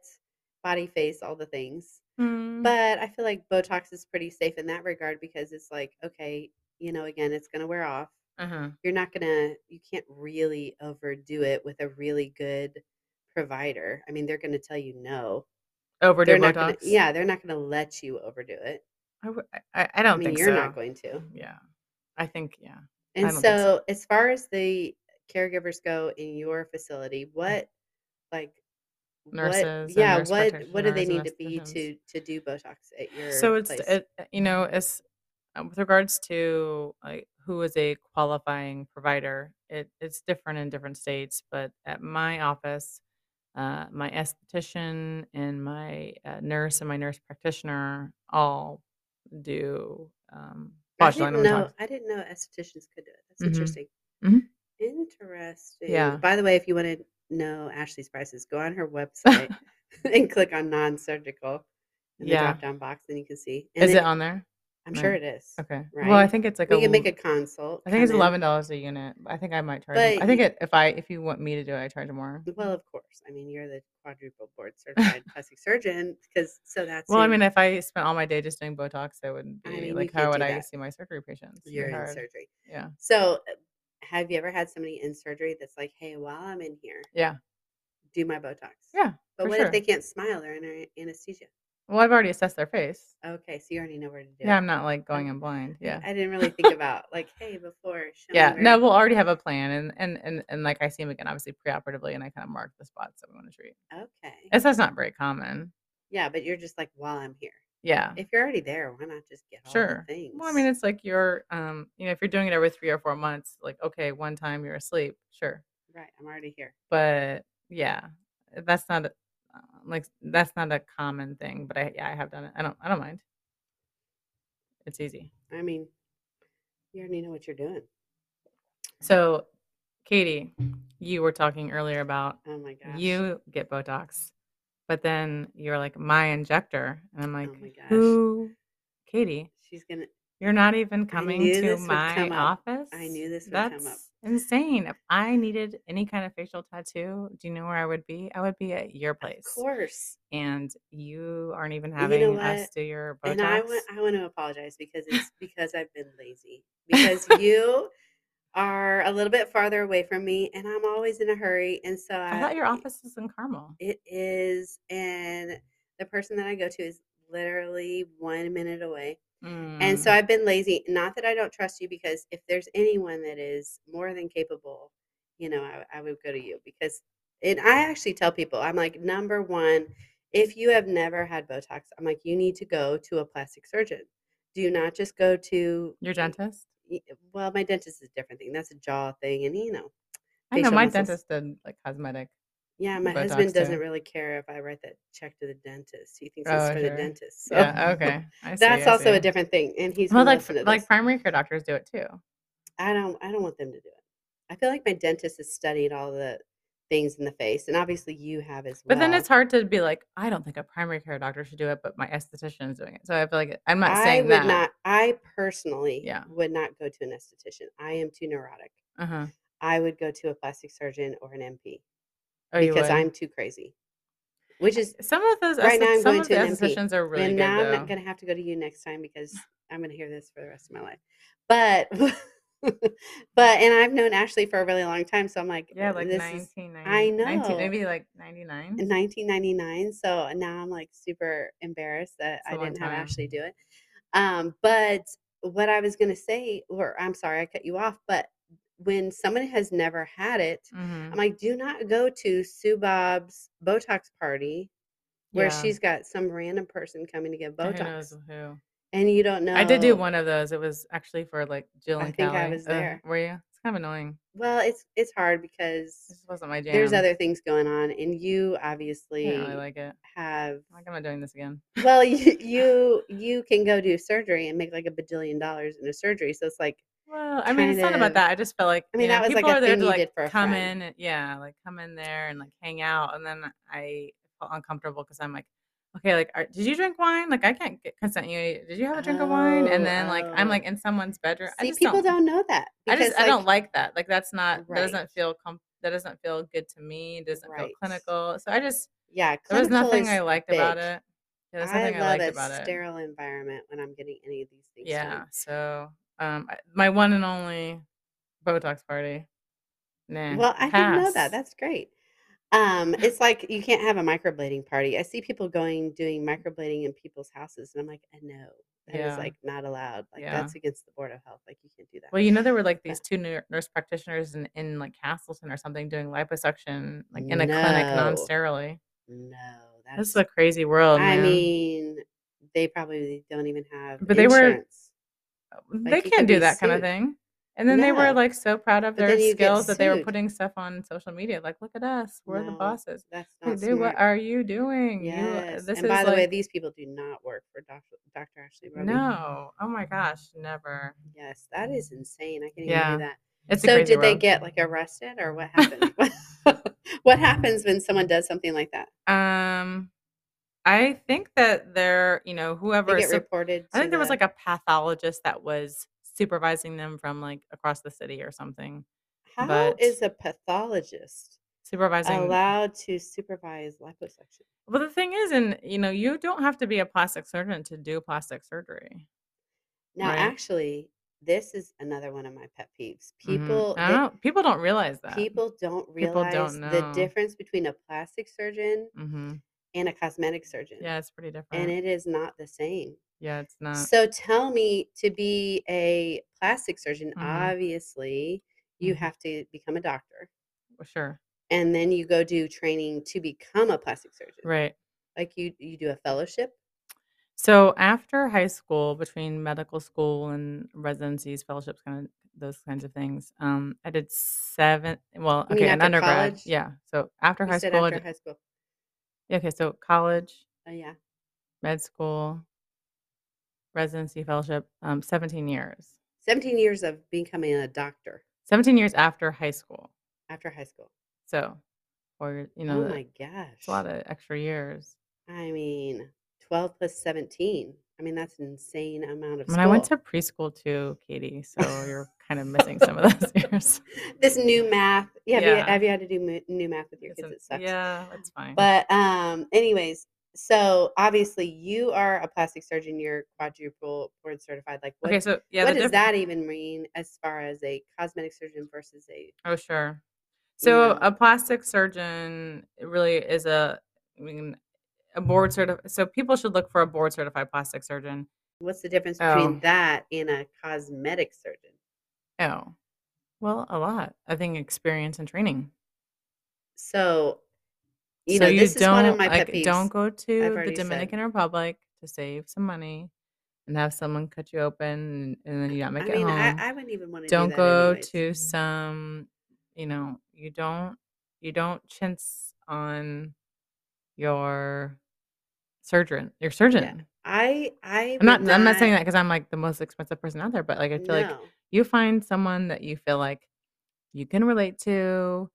[SPEAKER 2] body face, all the things.
[SPEAKER 1] mm,
[SPEAKER 2] But I feel like Botox is pretty safe in that regard because it's like, okay, you know, again, it's going to wear off.
[SPEAKER 1] uh-huh.
[SPEAKER 2] You're not going to, you can't really overdo it with a really good provider. I mean, they're going to tell you no.
[SPEAKER 1] overdo
[SPEAKER 2] they're
[SPEAKER 1] Botox.
[SPEAKER 2] not gonna, yeah, they're not going to let you overdo it.
[SPEAKER 1] I, w- I, I
[SPEAKER 2] I,
[SPEAKER 1] don't
[SPEAKER 2] mean,
[SPEAKER 1] think
[SPEAKER 2] you're
[SPEAKER 1] so.
[SPEAKER 2] not going to.
[SPEAKER 1] Yeah, I think yeah.
[SPEAKER 2] And
[SPEAKER 1] don't
[SPEAKER 2] so,
[SPEAKER 1] think so.
[SPEAKER 2] as far as the caregivers go in your facility, what like what-
[SPEAKER 1] Mm. Nurses and
[SPEAKER 2] yeah,
[SPEAKER 1] nurse
[SPEAKER 2] what what do they need
[SPEAKER 1] practitioners,
[SPEAKER 2] to be to
[SPEAKER 1] anesthetists.
[SPEAKER 2] to do Botox at your
[SPEAKER 1] so it's
[SPEAKER 2] place?
[SPEAKER 1] it, uh, you know as uh, with regards to like who is a qualifying provider it, it's different in different states but at my office uh, my esthetician and my uh, nurse and my nurse practitioner all do um,
[SPEAKER 2] I
[SPEAKER 1] botulinum
[SPEAKER 2] didn't know.
[SPEAKER 1] tox-
[SPEAKER 2] I didn't know estheticians could do it. That's
[SPEAKER 1] Mhm.
[SPEAKER 2] interesting.
[SPEAKER 1] Mhm.
[SPEAKER 2] Interesting.
[SPEAKER 1] Yeah.
[SPEAKER 2] By the way, if you want to know Ashley's prices, go on her website and click on non-surgical in the
[SPEAKER 1] Yeah.
[SPEAKER 2] drop-down box, and you can see. And
[SPEAKER 1] is it, on there
[SPEAKER 2] I'm
[SPEAKER 1] no.
[SPEAKER 2] sure it is.
[SPEAKER 1] okay well i
[SPEAKER 2] Right.
[SPEAKER 1] think it's like
[SPEAKER 2] we
[SPEAKER 1] a,
[SPEAKER 2] can make
[SPEAKER 1] l-
[SPEAKER 2] a consult.
[SPEAKER 1] I think it's
[SPEAKER 2] come in.
[SPEAKER 1] eleven dollars a unit. I think I might charge. More.
[SPEAKER 2] But
[SPEAKER 1] I think
[SPEAKER 2] you-
[SPEAKER 1] it, if I if you want me to do it, I charge more.
[SPEAKER 2] Well, of course. I mean, you're the quadruple board certified plastic surgeon because so that's.
[SPEAKER 1] Well, I
[SPEAKER 2] who-
[SPEAKER 1] mean, if I spent all my day just doing Botox, I wouldn't
[SPEAKER 2] I
[SPEAKER 1] be
[SPEAKER 2] mean, you
[SPEAKER 1] like,
[SPEAKER 2] can't
[SPEAKER 1] how would
[SPEAKER 2] do
[SPEAKER 1] I
[SPEAKER 2] that.
[SPEAKER 1] see my surgery patients? It'd be
[SPEAKER 2] you're in
[SPEAKER 1] hard.
[SPEAKER 2] surgery.
[SPEAKER 1] Yeah,
[SPEAKER 2] So, uh, have you ever had somebody in surgery that's like, "Hey, while I'm in here,
[SPEAKER 1] yeah,
[SPEAKER 2] do my Botox."
[SPEAKER 1] yeah.
[SPEAKER 2] But
[SPEAKER 1] for
[SPEAKER 2] what
[SPEAKER 1] sure.
[SPEAKER 2] if they can't smile? They're under anesthesia.
[SPEAKER 1] Well, I've already assessed their face.
[SPEAKER 2] Okay, so you already know where to do.
[SPEAKER 1] Yeah,
[SPEAKER 2] it.
[SPEAKER 1] I'm not like going in blind. Yeah,
[SPEAKER 2] I didn't really think about like, hey, before. Show me
[SPEAKER 1] yeah.
[SPEAKER 2] where-
[SPEAKER 1] No, we'll already have a plan, and and and and like I see them again, obviously preoperatively, and I kind of mark the spots that we want to treat.
[SPEAKER 2] Okay.
[SPEAKER 1] As that's not very common.
[SPEAKER 2] Yeah, but you're just like, while I'm here,
[SPEAKER 1] Yeah.
[SPEAKER 2] if you're already there, why not just get all
[SPEAKER 1] Sure.
[SPEAKER 2] the things?
[SPEAKER 1] Well, I mean, it's like you're, um, you know, if you're doing it every three or four months, like okay, one time you're asleep, sure.
[SPEAKER 2] right. I'm already here.
[SPEAKER 1] but yeah, that's not a- uh, like that's not a common thing. But I yeah, I have done it. I don't I don't mind. It's easy.
[SPEAKER 2] I mean, you already know what you're doing.
[SPEAKER 1] So, Katie, you were talking earlier about
[SPEAKER 2] Oh my gosh.
[SPEAKER 1] you get Botox, but then you're like my injector, and I'm like,
[SPEAKER 2] Oh my gosh.
[SPEAKER 1] who? Katie,
[SPEAKER 2] She's gonna.
[SPEAKER 1] you're not even coming
[SPEAKER 2] knew
[SPEAKER 1] to
[SPEAKER 2] this would
[SPEAKER 1] my
[SPEAKER 2] come up.
[SPEAKER 1] office.
[SPEAKER 2] knew this would come
[SPEAKER 1] That's
[SPEAKER 2] up.
[SPEAKER 1] insane. If I needed any kind of facial tattoo, do you know where I would be? I would be at your place.
[SPEAKER 2] Of course.
[SPEAKER 1] and you aren't even
[SPEAKER 2] you know
[SPEAKER 1] having us
[SPEAKER 2] what?
[SPEAKER 1] do your Botox.
[SPEAKER 2] And I want I want to apologize because it's because I've been lazy. Because you are a little bit farther away from me, and I'm always in a hurry. And so I,
[SPEAKER 1] I thought your office was in Carmel.
[SPEAKER 2] It is, and the person that I go to is literally one minute away. And so
[SPEAKER 1] Mm,
[SPEAKER 2] I've been lazy. Not that I don't trust you, because if there's anyone that is more than capable, you know, I, I would go to you because, and I actually tell people, I'm like, number one, if you have never had Botox, I'm like, you need to go to a plastic surgeon. Do not just go to
[SPEAKER 1] your dentist.
[SPEAKER 2] y- Well, my dentist is a different thing. That's a jaw thing, and you know,
[SPEAKER 1] I know
[SPEAKER 2] facial
[SPEAKER 1] my
[SPEAKER 2] muscles.
[SPEAKER 1] dentist did like cosmetic.
[SPEAKER 2] yeah, my
[SPEAKER 1] Botox
[SPEAKER 2] husband
[SPEAKER 1] too.
[SPEAKER 2] doesn't really care if I write that check to the dentist. He thinks
[SPEAKER 1] Oh,
[SPEAKER 2] it's for the
[SPEAKER 1] sure.
[SPEAKER 2] dentist. So
[SPEAKER 1] Yeah. Okay. I see,
[SPEAKER 2] that's
[SPEAKER 1] I
[SPEAKER 2] also
[SPEAKER 1] see.
[SPEAKER 2] a different thing, and he's
[SPEAKER 1] Well,
[SPEAKER 2] gonna
[SPEAKER 1] like
[SPEAKER 2] listen to
[SPEAKER 1] f- like
[SPEAKER 2] this.
[SPEAKER 1] primary care doctors do it too.
[SPEAKER 2] I don't I don't want them to do it. I feel like my dentist has studied all the things in the face, and obviously you have as well.
[SPEAKER 1] But then it's hard to be like, I don't think a primary care doctor should do it, but my esthetician is doing it. So I feel like I'm not
[SPEAKER 2] I
[SPEAKER 1] saying
[SPEAKER 2] would
[SPEAKER 1] that.
[SPEAKER 2] not. I personally
[SPEAKER 1] Yeah.
[SPEAKER 2] would not go to an esthetician. I am too neurotic.
[SPEAKER 1] Uh-huh.
[SPEAKER 2] I would go to a plastic surgeon or an MP
[SPEAKER 1] Oh, you
[SPEAKER 2] because
[SPEAKER 1] would.
[SPEAKER 2] I'm too crazy. Which is
[SPEAKER 1] some of those
[SPEAKER 2] right now
[SPEAKER 1] esthet-
[SPEAKER 2] I'm
[SPEAKER 1] some
[SPEAKER 2] going
[SPEAKER 1] of
[SPEAKER 2] to
[SPEAKER 1] the
[SPEAKER 2] an MP,
[SPEAKER 1] estheticians are really
[SPEAKER 2] and
[SPEAKER 1] good
[SPEAKER 2] now I'm
[SPEAKER 1] though.
[SPEAKER 2] not going to have to go to you next time because I'm going to hear this for the rest of my life. But, but, and I've known Ashley for a really long time, so I'm like,
[SPEAKER 1] yeah,
[SPEAKER 2] "Uh,
[SPEAKER 1] like
[SPEAKER 2] this is
[SPEAKER 1] 1990.
[SPEAKER 2] I
[SPEAKER 1] 19
[SPEAKER 2] know.
[SPEAKER 1] maybe like 99.
[SPEAKER 2] in 1999, so now I'm like super embarrassed that
[SPEAKER 1] It's a
[SPEAKER 2] I
[SPEAKER 1] long
[SPEAKER 2] didn't have
[SPEAKER 1] time.
[SPEAKER 2] Ashley do it. Um, but what I was going to say, or I'm sorry, I cut you off, but when someone has never had it,
[SPEAKER 1] Mhm.
[SPEAKER 2] I'm like, do not go to Sue Bob's Botox party where
[SPEAKER 1] Yeah.
[SPEAKER 2] she's got some random person coming to give
[SPEAKER 1] And
[SPEAKER 2] Botox,
[SPEAKER 1] Who knows who?
[SPEAKER 2] and you don't know.
[SPEAKER 1] I did do one of those. It was actually for like Jill
[SPEAKER 2] I
[SPEAKER 1] and
[SPEAKER 2] think I
[SPEAKER 1] Callie.
[SPEAKER 2] was
[SPEAKER 1] Uh,
[SPEAKER 2] there.
[SPEAKER 1] were you? It's kind of annoying.
[SPEAKER 2] Well, it's it's hard because
[SPEAKER 1] This just wasn't my jam.
[SPEAKER 2] there's other things going on, and you obviously
[SPEAKER 1] I didn't really like it.
[SPEAKER 2] have.
[SPEAKER 1] Like I'm not doing this again.
[SPEAKER 2] Well, you, you you can go do surgery and make like a bajillion dollars in a surgery, so it's like
[SPEAKER 1] Well, I mean, it's not
[SPEAKER 2] kind
[SPEAKER 1] about
[SPEAKER 2] of-
[SPEAKER 1] that. I just felt like
[SPEAKER 2] I mean,
[SPEAKER 1] you know,
[SPEAKER 2] that was, like,
[SPEAKER 1] people
[SPEAKER 2] a
[SPEAKER 1] are there
[SPEAKER 2] thing
[SPEAKER 1] to
[SPEAKER 2] you
[SPEAKER 1] like
[SPEAKER 2] did for a
[SPEAKER 1] come
[SPEAKER 2] friend.
[SPEAKER 1] in, and, yeah, like come in there and like hang out, and then I felt uncomfortable because I'm like, okay, like, are, did you drink wine? Like, I can't get consent. You did you have a drink of wine?
[SPEAKER 2] Oh,
[SPEAKER 1] And then like I'm
[SPEAKER 2] oh.
[SPEAKER 1] like in someone's bedroom. I
[SPEAKER 2] see
[SPEAKER 1] just
[SPEAKER 2] people don't, know that.
[SPEAKER 1] I just I
[SPEAKER 2] like,
[SPEAKER 1] don't like that. Like that's not
[SPEAKER 2] Right.
[SPEAKER 1] that doesn't feel com- that doesn't feel good to me. Doesn't feel
[SPEAKER 2] Right.
[SPEAKER 1] clinical. So I just
[SPEAKER 2] Yeah,
[SPEAKER 1] there was
[SPEAKER 2] clinical
[SPEAKER 1] nothing
[SPEAKER 2] is
[SPEAKER 1] I liked about
[SPEAKER 2] big.
[SPEAKER 1] it. Yeah, there's
[SPEAKER 2] I
[SPEAKER 1] nothing
[SPEAKER 2] love
[SPEAKER 1] I, liked
[SPEAKER 2] a
[SPEAKER 1] about it.
[SPEAKER 2] sterile environment when I'm getting any of these things.
[SPEAKER 1] Yeah.
[SPEAKER 2] done.
[SPEAKER 1] So um, I- my one and only Botox party. Nah.
[SPEAKER 2] Well, I didn't know
[SPEAKER 1] eh,
[SPEAKER 2] that.
[SPEAKER 1] pass.
[SPEAKER 2] That's great. Um, it's like you can't have a microblading party. I see people going doing microblading in people's houses, and I'm like, I know that is
[SPEAKER 1] Mm. Yeah.
[SPEAKER 2] like not allowed. Like
[SPEAKER 1] Yeah.
[SPEAKER 2] that's against the board of health. Like you can't do that.
[SPEAKER 1] well, you know there were like these two nur- nurse practitioners in, in like Castleton or something doing liposuction like in a clinic
[SPEAKER 2] No.
[SPEAKER 1] non-sterilely.
[SPEAKER 2] no,
[SPEAKER 1] This
[SPEAKER 2] that's.
[SPEAKER 1] is a crazy world.
[SPEAKER 2] I
[SPEAKER 1] Oh, man.
[SPEAKER 2] mean, they probably don't even have.
[SPEAKER 1] But they were-
[SPEAKER 2] insurance.
[SPEAKER 1] they
[SPEAKER 2] you
[SPEAKER 1] can't
[SPEAKER 2] could
[SPEAKER 1] do
[SPEAKER 2] be
[SPEAKER 1] that kind of
[SPEAKER 2] sued.
[SPEAKER 1] thing. And then they were
[SPEAKER 2] No.
[SPEAKER 1] like so proud of
[SPEAKER 2] But
[SPEAKER 1] their
[SPEAKER 2] then you get
[SPEAKER 1] skills that they were
[SPEAKER 2] sued.
[SPEAKER 1] putting stuff on social media. Like, look at us, we're the
[SPEAKER 2] No,
[SPEAKER 1] bosses.
[SPEAKER 2] That's
[SPEAKER 1] Like,
[SPEAKER 2] not
[SPEAKER 1] dude,
[SPEAKER 2] smart.
[SPEAKER 1] what are you doing? You, uh,
[SPEAKER 2] yes.
[SPEAKER 1] this
[SPEAKER 2] and
[SPEAKER 1] is
[SPEAKER 2] by the way,
[SPEAKER 1] like,
[SPEAKER 2] these people do not work for Dr. Dr. Ashley Roby.
[SPEAKER 1] no. Oh my
[SPEAKER 2] Mm-hmm.
[SPEAKER 1] gosh, never.
[SPEAKER 2] Yes, that is insane. I can't even
[SPEAKER 1] Yeah.
[SPEAKER 2] do that.
[SPEAKER 1] It's a
[SPEAKER 2] so
[SPEAKER 1] crazy
[SPEAKER 2] did they
[SPEAKER 1] world.
[SPEAKER 2] get like arrested or what happened? what happens when someone does something like that?
[SPEAKER 1] Um, I think that they're, you know,
[SPEAKER 2] They
[SPEAKER 1] whoever.
[SPEAKER 2] get
[SPEAKER 1] sup-
[SPEAKER 2] reported.
[SPEAKER 1] I think there was
[SPEAKER 2] to
[SPEAKER 1] like a pathologist that was supervising them from like across the city or something.
[SPEAKER 2] the- How
[SPEAKER 1] but-
[SPEAKER 2] is a pathologist
[SPEAKER 1] Supervising
[SPEAKER 2] allowed to supervise liposuction?
[SPEAKER 1] Well, the thing is, and you know, you don't have to be a plastic surgeon to do plastic surgery.
[SPEAKER 2] Now,
[SPEAKER 1] Right.
[SPEAKER 2] actually, this is another one of my pet peeves.
[SPEAKER 1] Mhm.
[SPEAKER 2] People,
[SPEAKER 1] I
[SPEAKER 2] that-
[SPEAKER 1] don't, people don't realize that.
[SPEAKER 2] people don't
[SPEAKER 1] People
[SPEAKER 2] realize
[SPEAKER 1] don't
[SPEAKER 2] the
[SPEAKER 1] know.
[SPEAKER 2] difference between a plastic surgeon
[SPEAKER 1] hmm
[SPEAKER 2] and a cosmetic surgeon.
[SPEAKER 1] Yeah, it's pretty different.
[SPEAKER 2] And it is not the same.
[SPEAKER 1] yeah, it's not.
[SPEAKER 2] So tell me to be a plastic surgeon,
[SPEAKER 1] Mhm.
[SPEAKER 2] obviously you
[SPEAKER 1] Mhm.
[SPEAKER 2] have to become a doctor
[SPEAKER 1] well, sure,
[SPEAKER 2] and then you go do training to become a plastic surgeon.
[SPEAKER 1] right.
[SPEAKER 2] Like you you do a fellowship.
[SPEAKER 1] So after high school, between medical school and residencies, fellowships, kind of those kinds of things, um, I did seven. Well,
[SPEAKER 2] You mean
[SPEAKER 1] okay, an
[SPEAKER 2] after
[SPEAKER 1] undergrad.
[SPEAKER 2] college?
[SPEAKER 1] Yeah. So after
[SPEAKER 2] You
[SPEAKER 1] high
[SPEAKER 2] said
[SPEAKER 1] school, I
[SPEAKER 2] after
[SPEAKER 1] did-
[SPEAKER 2] high school.
[SPEAKER 1] okay, so college,
[SPEAKER 2] Oh yeah.
[SPEAKER 1] med school, residency, fellowship, um, seventeen years.
[SPEAKER 2] 17 years of becoming a doctor
[SPEAKER 1] 17 years after high school.
[SPEAKER 2] after high school.
[SPEAKER 1] So, or, you know,
[SPEAKER 2] oh
[SPEAKER 1] the-
[SPEAKER 2] my gosh.
[SPEAKER 1] it's a lot of extra years.
[SPEAKER 2] I mean, 12 plus 17. I mean, that's an insane amount of
[SPEAKER 1] When I went
[SPEAKER 2] school.
[SPEAKER 1] to preschool too, Katie, so you're kind of missing some of those years.
[SPEAKER 2] this new math. Yeah, have, you,
[SPEAKER 1] Yeah.
[SPEAKER 2] have you had to do mu- new math with your
[SPEAKER 1] It's
[SPEAKER 2] kids?
[SPEAKER 1] an-
[SPEAKER 2] It sucks.
[SPEAKER 1] Yeah, that's fine.
[SPEAKER 2] But um, anyways, so obviously you are a plastic surgeon. You're quadruple board certified. Like what?
[SPEAKER 1] okay, so yeah, the
[SPEAKER 2] what does
[SPEAKER 1] diff-
[SPEAKER 2] that even mean as far as a cosmetic surgeon versus a?
[SPEAKER 1] Oh, sure. So
[SPEAKER 2] know.
[SPEAKER 1] a plastic surgeon really is a, I mean, a board certified. So people should look for a board certified plastic surgeon.
[SPEAKER 2] What's the difference between
[SPEAKER 1] Oh.
[SPEAKER 2] that and a cosmetic surgeon?
[SPEAKER 1] Oh, well, a lot. I think experience and training.
[SPEAKER 2] So, you
[SPEAKER 1] so
[SPEAKER 2] know,
[SPEAKER 1] you
[SPEAKER 2] this
[SPEAKER 1] don't
[SPEAKER 2] is one of my
[SPEAKER 1] like
[SPEAKER 2] pet peeves.
[SPEAKER 1] don't go to
[SPEAKER 2] already
[SPEAKER 1] the
[SPEAKER 2] said.
[SPEAKER 1] Dominican Republic to save some money and have someone cut you open and, and then you not
[SPEAKER 2] I
[SPEAKER 1] make it
[SPEAKER 2] mean,
[SPEAKER 1] home.
[SPEAKER 2] I, I wouldn't even want to
[SPEAKER 1] don't
[SPEAKER 2] do that
[SPEAKER 1] go
[SPEAKER 2] anyways.
[SPEAKER 1] to some, you know, you don't you don't chintz on your surgeon. Your surgeon.
[SPEAKER 2] I I
[SPEAKER 1] I'm not,
[SPEAKER 2] would
[SPEAKER 1] I'm not saying that because I'm like the most expensive person out there, but like I feel like
[SPEAKER 2] no.
[SPEAKER 1] you find someone that you feel like you can relate to,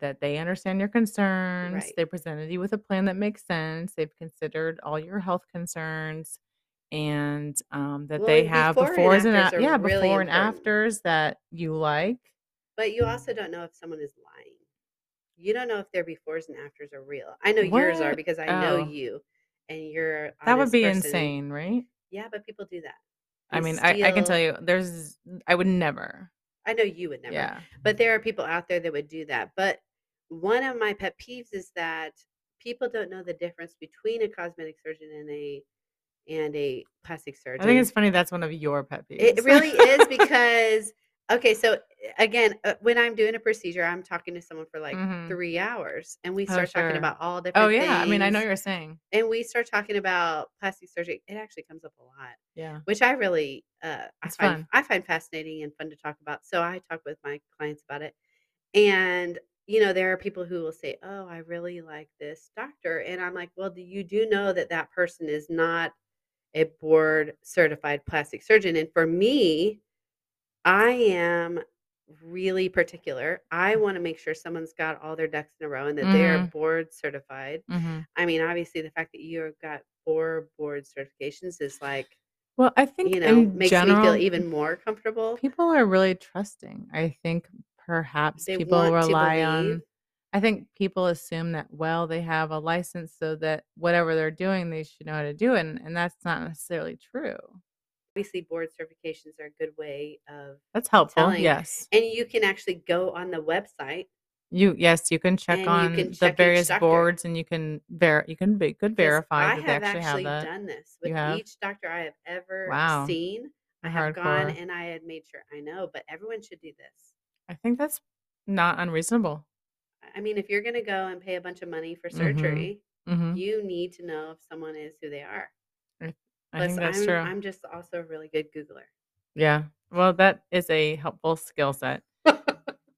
[SPEAKER 1] that they understand your concerns,
[SPEAKER 2] Right.
[SPEAKER 1] they presented you with a plan that makes sense, they've considered all your health concerns, and um, that
[SPEAKER 2] Well,
[SPEAKER 1] they
[SPEAKER 2] and
[SPEAKER 1] have
[SPEAKER 2] before and
[SPEAKER 1] befores and,
[SPEAKER 2] afters
[SPEAKER 1] a-
[SPEAKER 2] are
[SPEAKER 1] yeah,
[SPEAKER 2] really
[SPEAKER 1] before and
[SPEAKER 2] important.
[SPEAKER 1] afters that you like.
[SPEAKER 2] But you also don't know if someone is lying. You don't know if their befores and afters are real. I know yours are
[SPEAKER 1] What?
[SPEAKER 2] because I know
[SPEAKER 1] Oh.
[SPEAKER 2] you, and you're an
[SPEAKER 1] That would
[SPEAKER 2] honest
[SPEAKER 1] be
[SPEAKER 2] person.
[SPEAKER 1] insane, right?
[SPEAKER 2] Yeah, but people do that.
[SPEAKER 1] I
[SPEAKER 2] and
[SPEAKER 1] mean, I, I can
[SPEAKER 2] steal-
[SPEAKER 1] tell you, there's, I would never.
[SPEAKER 2] I know you would never.
[SPEAKER 1] Yeah.
[SPEAKER 2] But there are people out there that would do that. But one of my pet peeves is that people don't know the difference between a cosmetic surgeon and a and a plastic surgeon.
[SPEAKER 1] I think it's funny that's one of your pet peeves.
[SPEAKER 2] It really is because Okay, so again, uh, when I'm doing a procedure, I'm talking to someone for like
[SPEAKER 1] Mhm.
[SPEAKER 2] three hours, and we
[SPEAKER 1] Oh,
[SPEAKER 2] start
[SPEAKER 1] sure.
[SPEAKER 2] talking about all different.
[SPEAKER 1] Oh yeah, I mean, I know
[SPEAKER 2] things,
[SPEAKER 1] you're saying.
[SPEAKER 2] And we start talking about plastic surgery. It actually comes up a lot,
[SPEAKER 1] Yeah.
[SPEAKER 2] which I really, uh, I
[SPEAKER 1] It's
[SPEAKER 2] find
[SPEAKER 1] fun.
[SPEAKER 2] I find fascinating and fun to talk about. So I talk with my clients about it, and you know, there are people who will say, "Oh, I really like this doctor," and I'm like, "Well, do you do know that that person is not a board certified plastic surgeon?" And for me, I am really particular. I want to make sure someone's got all their ducks in a row and that they are
[SPEAKER 1] Mhm.
[SPEAKER 2] board certified.
[SPEAKER 1] hmm
[SPEAKER 2] I mean, obviously, the fact that you've got four board certifications is like,
[SPEAKER 1] Well, I think
[SPEAKER 2] you know,
[SPEAKER 1] in
[SPEAKER 2] makes
[SPEAKER 1] general,
[SPEAKER 2] me feel even more comfortable.
[SPEAKER 1] people are really trusting. I think perhaps
[SPEAKER 2] They
[SPEAKER 1] people
[SPEAKER 2] want to
[SPEAKER 1] rely
[SPEAKER 2] believe.
[SPEAKER 1] on. I think people assume that well, they have a license, so that whatever they're doing, they should know how to do it, and, and that's not necessarily true.
[SPEAKER 2] Obviously, board certifications are a good way of,
[SPEAKER 1] That's helpful.
[SPEAKER 2] Telling-
[SPEAKER 1] Yes,
[SPEAKER 2] and you can actually go on the website.
[SPEAKER 1] you yes you can check
[SPEAKER 2] And you
[SPEAKER 1] on
[SPEAKER 2] can
[SPEAKER 1] the
[SPEAKER 2] check each
[SPEAKER 1] various
[SPEAKER 2] doctor.
[SPEAKER 1] boards, and you can ver you can be good
[SPEAKER 2] 'cause
[SPEAKER 1] verify
[SPEAKER 2] I
[SPEAKER 1] that they
[SPEAKER 2] have
[SPEAKER 1] actually have
[SPEAKER 2] actually
[SPEAKER 1] that.
[SPEAKER 2] done this with
[SPEAKER 1] You have?
[SPEAKER 2] each doctor I have ever
[SPEAKER 1] Wow.
[SPEAKER 2] seen. I have gone
[SPEAKER 1] Hardcore.
[SPEAKER 2] and I had made sure I know, but everyone should do this.
[SPEAKER 1] I think that's not unreasonable.
[SPEAKER 2] I mean, if you're going to go and pay a bunch of money for
[SPEAKER 1] Mhm.
[SPEAKER 2] surgery,
[SPEAKER 1] hmm
[SPEAKER 2] you need to know if someone is who they are.
[SPEAKER 1] I think that's
[SPEAKER 2] I'm,
[SPEAKER 1] true.
[SPEAKER 2] I'm just also a really good Googler.
[SPEAKER 1] Yeah. Well, that is a helpful skill set. Yeah.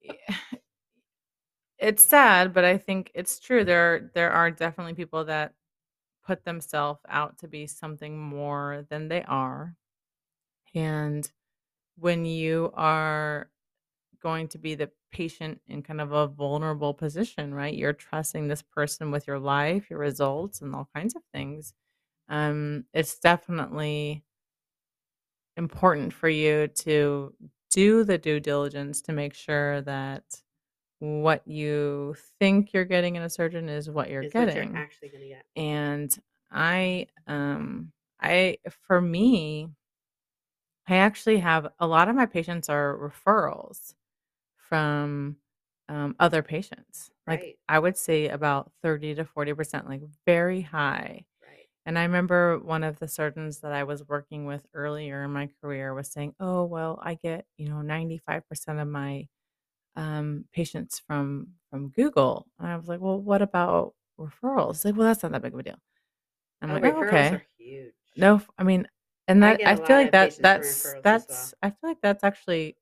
[SPEAKER 1] eh, It's sad, but I think it's true. There there are definitely people that put themselves out to be something more than they are. And when you are going to be the patient in kind of a vulnerable position, right? You're trusting this person with your life, your results, and all kinds of things. Um, it's definitely important for you to do the due diligence to make sure that what you think you're getting in a surgeon is what you're
[SPEAKER 2] is what
[SPEAKER 1] getting
[SPEAKER 2] you're actually going to get.
[SPEAKER 1] and i um i for me i actually have a lot of my patients are referrals from um, other patients like
[SPEAKER 2] Right.
[SPEAKER 1] i would say about 30 to 40 percent like very high
[SPEAKER 2] Right.
[SPEAKER 1] and I remember one of the surgeons that I was working with earlier in my career was saying, "Oh, well, I get you know ninety five percent of my um, patients from from Google." And I was like, "Well, what about referrals?" He's like, "Well, that's not that big of a deal." I'm
[SPEAKER 2] Oh,
[SPEAKER 1] like, "Oh,
[SPEAKER 2] referrals
[SPEAKER 1] okay,
[SPEAKER 2] are huge.
[SPEAKER 1] no, f- I mean, and
[SPEAKER 2] I
[SPEAKER 1] that
[SPEAKER 2] get
[SPEAKER 1] I,
[SPEAKER 2] a
[SPEAKER 1] feel
[SPEAKER 2] lot
[SPEAKER 1] like
[SPEAKER 2] of
[SPEAKER 1] that
[SPEAKER 2] patients from
[SPEAKER 1] that's
[SPEAKER 2] referrals as well.
[SPEAKER 1] that's I feel like that's actually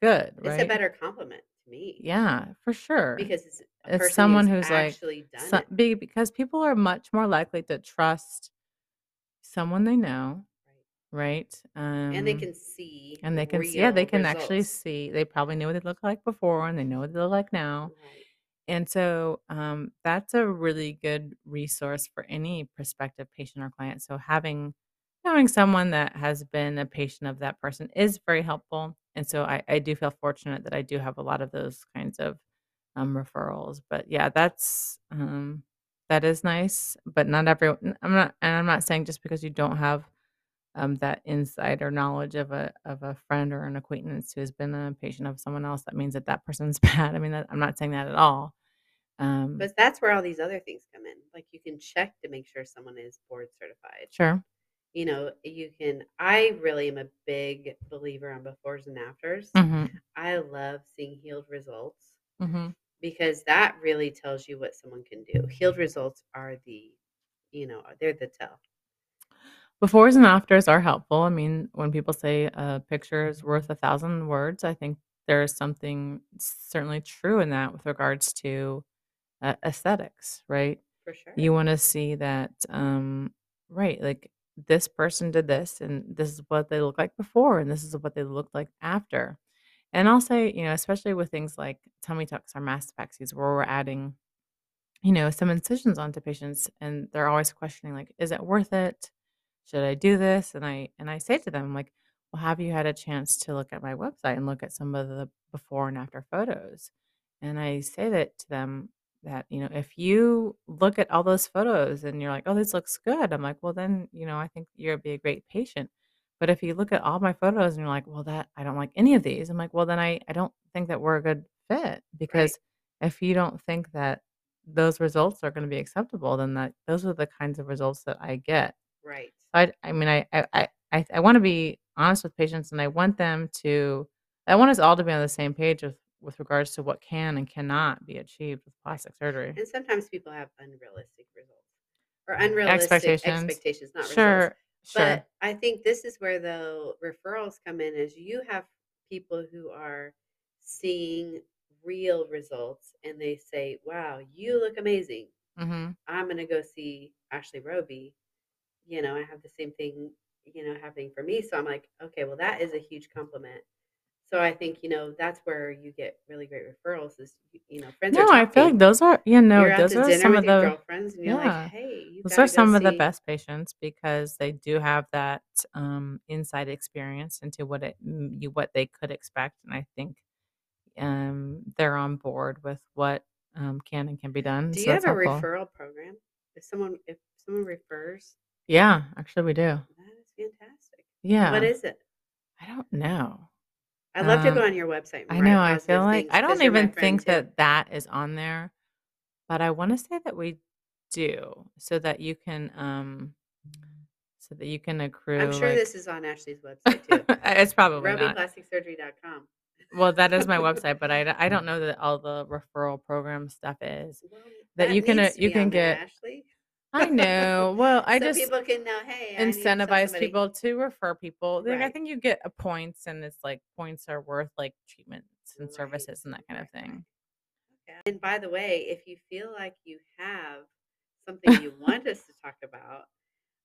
[SPEAKER 1] good,
[SPEAKER 2] It's
[SPEAKER 1] right?
[SPEAKER 2] a better compliment to me.
[SPEAKER 1] Yeah, for sure.
[SPEAKER 2] Because it's a
[SPEAKER 1] It's
[SPEAKER 2] person
[SPEAKER 1] someone
[SPEAKER 2] who's
[SPEAKER 1] who's like,
[SPEAKER 2] actually done
[SPEAKER 1] so,
[SPEAKER 2] it.
[SPEAKER 1] be, because people are much more likely to trust someone they know
[SPEAKER 2] Right.
[SPEAKER 1] right? Um,
[SPEAKER 2] And they can see
[SPEAKER 1] and they can see, yeah, they
[SPEAKER 2] real
[SPEAKER 1] can actually
[SPEAKER 2] results.
[SPEAKER 1] see. They probably knew what they looked like before, and they know what they look like now.
[SPEAKER 2] Right.
[SPEAKER 1] And so um, that's a really good resource for any prospective patient or client. So having knowing someone that has been a patient of that person is very helpful. And so I, I do feel fortunate that I do have a lot of those kinds of um, referrals. But yeah, that's um, that is nice. But not everyone. I'm not, and I'm not saying just because you don't have um, that insider knowledge of a of a friend or an acquaintance who has been a patient of someone else that means that that person's bad. I mean, that, I'm not saying that at all. Um,
[SPEAKER 2] But that's where all these other things come in. Like you can check to make sure someone is board certified.
[SPEAKER 1] sure.
[SPEAKER 2] You know, you can. I really am a big believer on befores and afters.
[SPEAKER 1] hmm
[SPEAKER 2] I love seeing healed results
[SPEAKER 1] hmm
[SPEAKER 2] because that really tells you what someone can do. Healed results are the, you know, they're the tell.
[SPEAKER 1] Befores and afters are helpful. I mean, when people say a picture is worth a thousand words, I think there is something certainly true in that with regards to uh, aesthetics, right?
[SPEAKER 2] For sure.
[SPEAKER 1] you want to see that um right like this person did this and this is what they looked like before and this is what they looked like after and i'll say you know especially with things like tummy tucks or mastopexy where we're adding you know some incisions onto patients and they're always questioning like is it worth it should i do this and i and i say to them like well have you had a chance to look at my website and look at some of the before and after photos and i say that to them that you know if you look at all those photos and you're like oh this looks good i'm like well then you know i think you'll be a great patient but if you look at all my photos and you're like well that i don't like any of these i'm like well then i i don't think that we're a good fit because if you don't think that those results are going to be acceptable, then that those are the kinds of results that I get.
[SPEAKER 2] Right.
[SPEAKER 1] I, I mean, I, I, I, I want to be honest with patients, and I want them to I want us all to be on the same page with, with regards to what can and cannot be achieved with plastic surgery.
[SPEAKER 2] And sometimes people have unrealistic results or unrealistic
[SPEAKER 1] Mm, Expectations.
[SPEAKER 2] expectations, not results.
[SPEAKER 1] Sure, sure.
[SPEAKER 2] But I think this is where though referrals come in is you have people who are seeing real results and they say, "Wow, you look amazing.
[SPEAKER 1] hmm
[SPEAKER 2] I'm going to go see Ashley Roby." You know, I have the same thing, you know, happening for me, so I'm like, "Okay, well that is a huge compliment." So I think, you know, that's where you get really great referrals is you- you know, friends are
[SPEAKER 1] No, I feel like
[SPEAKER 2] talking.
[SPEAKER 1] those are, you know,
[SPEAKER 2] You're out
[SPEAKER 1] those
[SPEAKER 2] to
[SPEAKER 1] are
[SPEAKER 2] dinner
[SPEAKER 1] some
[SPEAKER 2] with
[SPEAKER 1] of
[SPEAKER 2] your
[SPEAKER 1] the.
[SPEAKER 2] girlfriends and you're
[SPEAKER 1] yeah.
[SPEAKER 2] like, "Hey, you
[SPEAKER 1] Those
[SPEAKER 2] gotta
[SPEAKER 1] are
[SPEAKER 2] go
[SPEAKER 1] some of the
[SPEAKER 2] see-
[SPEAKER 1] best patients because they do have that um, inside experience into what it m- you what they could expect, and I think um, they're on board with what um, can and can be done.
[SPEAKER 2] Do
[SPEAKER 1] so
[SPEAKER 2] you have
[SPEAKER 1] that's
[SPEAKER 2] a
[SPEAKER 1] helpful.
[SPEAKER 2] referral program? If someone if someone refers,
[SPEAKER 1] Yeah, actually, we do.
[SPEAKER 2] that is fantastic.
[SPEAKER 1] Yeah,
[SPEAKER 2] What is it?
[SPEAKER 1] I don't know.
[SPEAKER 2] I'd love to go
[SPEAKER 1] Um,
[SPEAKER 2] on your website. And
[SPEAKER 1] I
[SPEAKER 2] write
[SPEAKER 1] know. I
[SPEAKER 2] positive
[SPEAKER 1] feel like
[SPEAKER 2] things
[SPEAKER 1] I
[SPEAKER 2] 'cause
[SPEAKER 1] don't
[SPEAKER 2] you're my
[SPEAKER 1] even
[SPEAKER 2] friend,
[SPEAKER 1] think
[SPEAKER 2] too.
[SPEAKER 1] that that is on there, but I want to say that we do, so that you can, um, so that you can accrue.
[SPEAKER 2] I'm sure
[SPEAKER 1] like,
[SPEAKER 2] this is on Ashley's website too.
[SPEAKER 1] it's probably not.
[SPEAKER 2] RobyPlasticSurgery.com.
[SPEAKER 1] Well, that is my website, but I, d- I don't know that all the referral program stuff is
[SPEAKER 2] Well,
[SPEAKER 1] that you can uh,
[SPEAKER 2] needs to
[SPEAKER 1] you
[SPEAKER 2] be
[SPEAKER 1] can
[SPEAKER 2] on there,
[SPEAKER 1] get.
[SPEAKER 2] Ashley.
[SPEAKER 1] I know. Well, I
[SPEAKER 2] so
[SPEAKER 1] just
[SPEAKER 2] people can know. Hey, I need to tell
[SPEAKER 1] incentivize
[SPEAKER 2] somebody."
[SPEAKER 1] people to refer people. Like, I
[SPEAKER 2] Right.
[SPEAKER 1] think you get a points, and it's like points are worth like treatments and
[SPEAKER 2] Right,
[SPEAKER 1] services and that kind of
[SPEAKER 2] right, right.
[SPEAKER 1] thing.
[SPEAKER 2] Yeah. And by the way, if you feel like you have something you want us to talk about,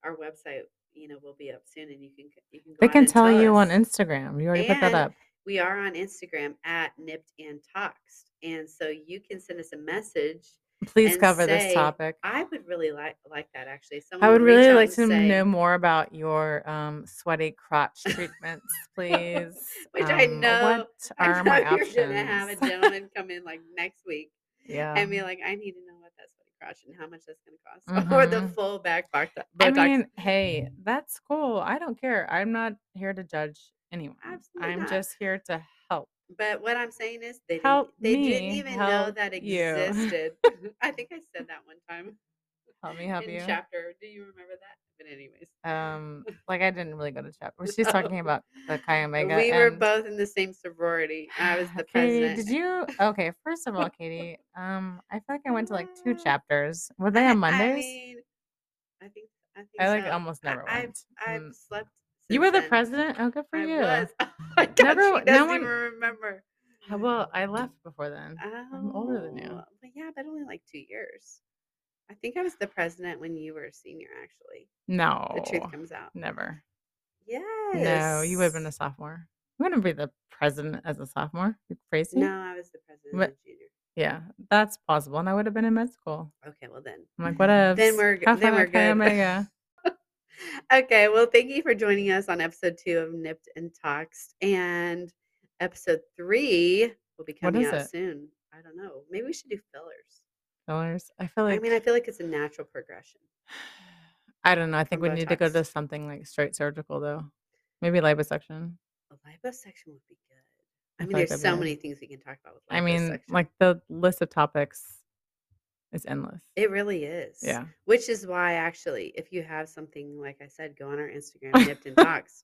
[SPEAKER 2] our website, you know, will be up soon, and you can c- you can go
[SPEAKER 1] They
[SPEAKER 2] on
[SPEAKER 1] can
[SPEAKER 2] and
[SPEAKER 1] tell you on
[SPEAKER 2] us.
[SPEAKER 1] Instagram. You already put that
[SPEAKER 2] And
[SPEAKER 1] up.
[SPEAKER 2] we are on Instagram at nipped and toxed. And so you can send us a message.
[SPEAKER 1] Please
[SPEAKER 2] and
[SPEAKER 1] cover this
[SPEAKER 2] say,
[SPEAKER 1] topic.
[SPEAKER 2] I would really like like that actually. Someone
[SPEAKER 1] I would
[SPEAKER 2] reach
[SPEAKER 1] really
[SPEAKER 2] out
[SPEAKER 1] like
[SPEAKER 2] and
[SPEAKER 1] to
[SPEAKER 2] say,
[SPEAKER 1] know more about your um, sweaty crotch treatments, please.
[SPEAKER 2] which I
[SPEAKER 1] Um,
[SPEAKER 2] know,
[SPEAKER 1] What
[SPEAKER 2] I
[SPEAKER 1] are
[SPEAKER 2] know
[SPEAKER 1] my
[SPEAKER 2] you're gonna have a
[SPEAKER 1] options? Um
[SPEAKER 2] gentleman come in like next week
[SPEAKER 1] yeah.
[SPEAKER 2] and be like, I need to know what that's going to cost and how much that's going to cost, or the
[SPEAKER 1] Mhm.
[SPEAKER 2] full back box.
[SPEAKER 1] I
[SPEAKER 2] Botox.
[SPEAKER 1] mean, hey, that's cool. I don't care. I'm not here to judge anyone.
[SPEAKER 2] Absolutely
[SPEAKER 1] I'm
[SPEAKER 2] not.
[SPEAKER 1] just here to help.
[SPEAKER 2] But what I'm saying is, they didn't,
[SPEAKER 1] Help
[SPEAKER 2] they didn't
[SPEAKER 1] me
[SPEAKER 2] even know
[SPEAKER 1] help
[SPEAKER 2] that
[SPEAKER 1] you.
[SPEAKER 2] existed. I think I said that one time
[SPEAKER 1] help me help
[SPEAKER 2] in
[SPEAKER 1] you.
[SPEAKER 2] chapter. Do you remember that? But anyways,
[SPEAKER 1] Um, like I didn't really go to chapter. She's
[SPEAKER 2] No.
[SPEAKER 1] talking about the Chi Omega.
[SPEAKER 2] we were
[SPEAKER 1] and
[SPEAKER 2] both in the same sorority. I was the
[SPEAKER 1] Katie,
[SPEAKER 2] president.
[SPEAKER 1] did you? Okay, first of all, Katie, um, I feel like I went to like two
[SPEAKER 2] Uh,
[SPEAKER 1] chapters. Were they
[SPEAKER 2] I,
[SPEAKER 1] on
[SPEAKER 2] I
[SPEAKER 1] Mondays?
[SPEAKER 2] mean, I think I think
[SPEAKER 1] I like
[SPEAKER 2] so.
[SPEAKER 1] almost
[SPEAKER 2] I,
[SPEAKER 1] never
[SPEAKER 2] I've
[SPEAKER 1] went.
[SPEAKER 2] I've
[SPEAKER 1] Mm.
[SPEAKER 2] slept since
[SPEAKER 1] You were the
[SPEAKER 2] then.
[SPEAKER 1] president. Oh, good for
[SPEAKER 2] I
[SPEAKER 1] you.
[SPEAKER 2] was. Oh my God,
[SPEAKER 1] Never.
[SPEAKER 2] she
[SPEAKER 1] w- No
[SPEAKER 2] doesn't
[SPEAKER 1] one.
[SPEAKER 2] even remember.
[SPEAKER 1] Uh, Well, I left before then. I'm older than you.
[SPEAKER 2] Oh, but yeah, but only like two years. I think I was the president when you were a senior. Actually, the truth
[SPEAKER 1] No,
[SPEAKER 2] comes out.
[SPEAKER 1] never.
[SPEAKER 2] Yes.
[SPEAKER 1] No, you would have been a sophomore. You wouldn't be the president as a sophomore. You crazy?
[SPEAKER 2] No, I was the president
[SPEAKER 1] What-
[SPEAKER 2] and junior.
[SPEAKER 1] Yeah, that's possible. And I would have been in med school.
[SPEAKER 2] Okay, well then.
[SPEAKER 1] I'm like, what ifs?
[SPEAKER 2] Then we're g-
[SPEAKER 1] Have
[SPEAKER 2] then
[SPEAKER 1] fun
[SPEAKER 2] we're
[SPEAKER 1] at Chi
[SPEAKER 2] good.
[SPEAKER 1] Omega.
[SPEAKER 2] okay, well, thank you for joining us on episode two of Nipped and Toxed, and episode three will be
[SPEAKER 1] What
[SPEAKER 2] coming
[SPEAKER 1] is
[SPEAKER 2] out
[SPEAKER 1] it?
[SPEAKER 2] soon. I don't know. Maybe we should do fillers.
[SPEAKER 1] Fillers. I feel like
[SPEAKER 2] I mean, I feel like it's a natural progression.
[SPEAKER 1] I don't know. I think
[SPEAKER 2] from
[SPEAKER 1] we need to go to
[SPEAKER 2] Botox.
[SPEAKER 1] something like straight surgical though. Maybe liposuction.
[SPEAKER 2] A liposuction would be good.
[SPEAKER 1] I
[SPEAKER 2] I
[SPEAKER 1] feel
[SPEAKER 2] mean,
[SPEAKER 1] like that'd
[SPEAKER 2] there's so
[SPEAKER 1] be.
[SPEAKER 2] many things we can talk about with liposuction.
[SPEAKER 1] I mean, like the list of topics is endless.
[SPEAKER 2] it really is.
[SPEAKER 1] Yeah.
[SPEAKER 2] Which is why, actually, if you have something, like I said, go on our Instagram, Nipped and Talks,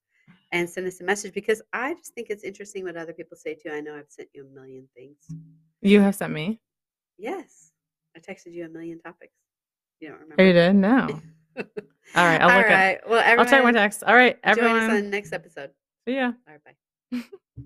[SPEAKER 2] and send us a message because I just think it's interesting what other people say too. I know I've sent you a million things.
[SPEAKER 1] Mm. You have sent me.
[SPEAKER 2] Yes. I texted you a million topics. You don't remember.
[SPEAKER 1] Oh, you did? No. All right, I'll
[SPEAKER 2] All
[SPEAKER 1] look at-
[SPEAKER 2] right. Well,
[SPEAKER 1] I'll
[SPEAKER 2] everyone,
[SPEAKER 1] check my text. All right,
[SPEAKER 2] join us on the
[SPEAKER 1] everyone.
[SPEAKER 2] next episode.
[SPEAKER 1] See ya.
[SPEAKER 2] All right. Bye.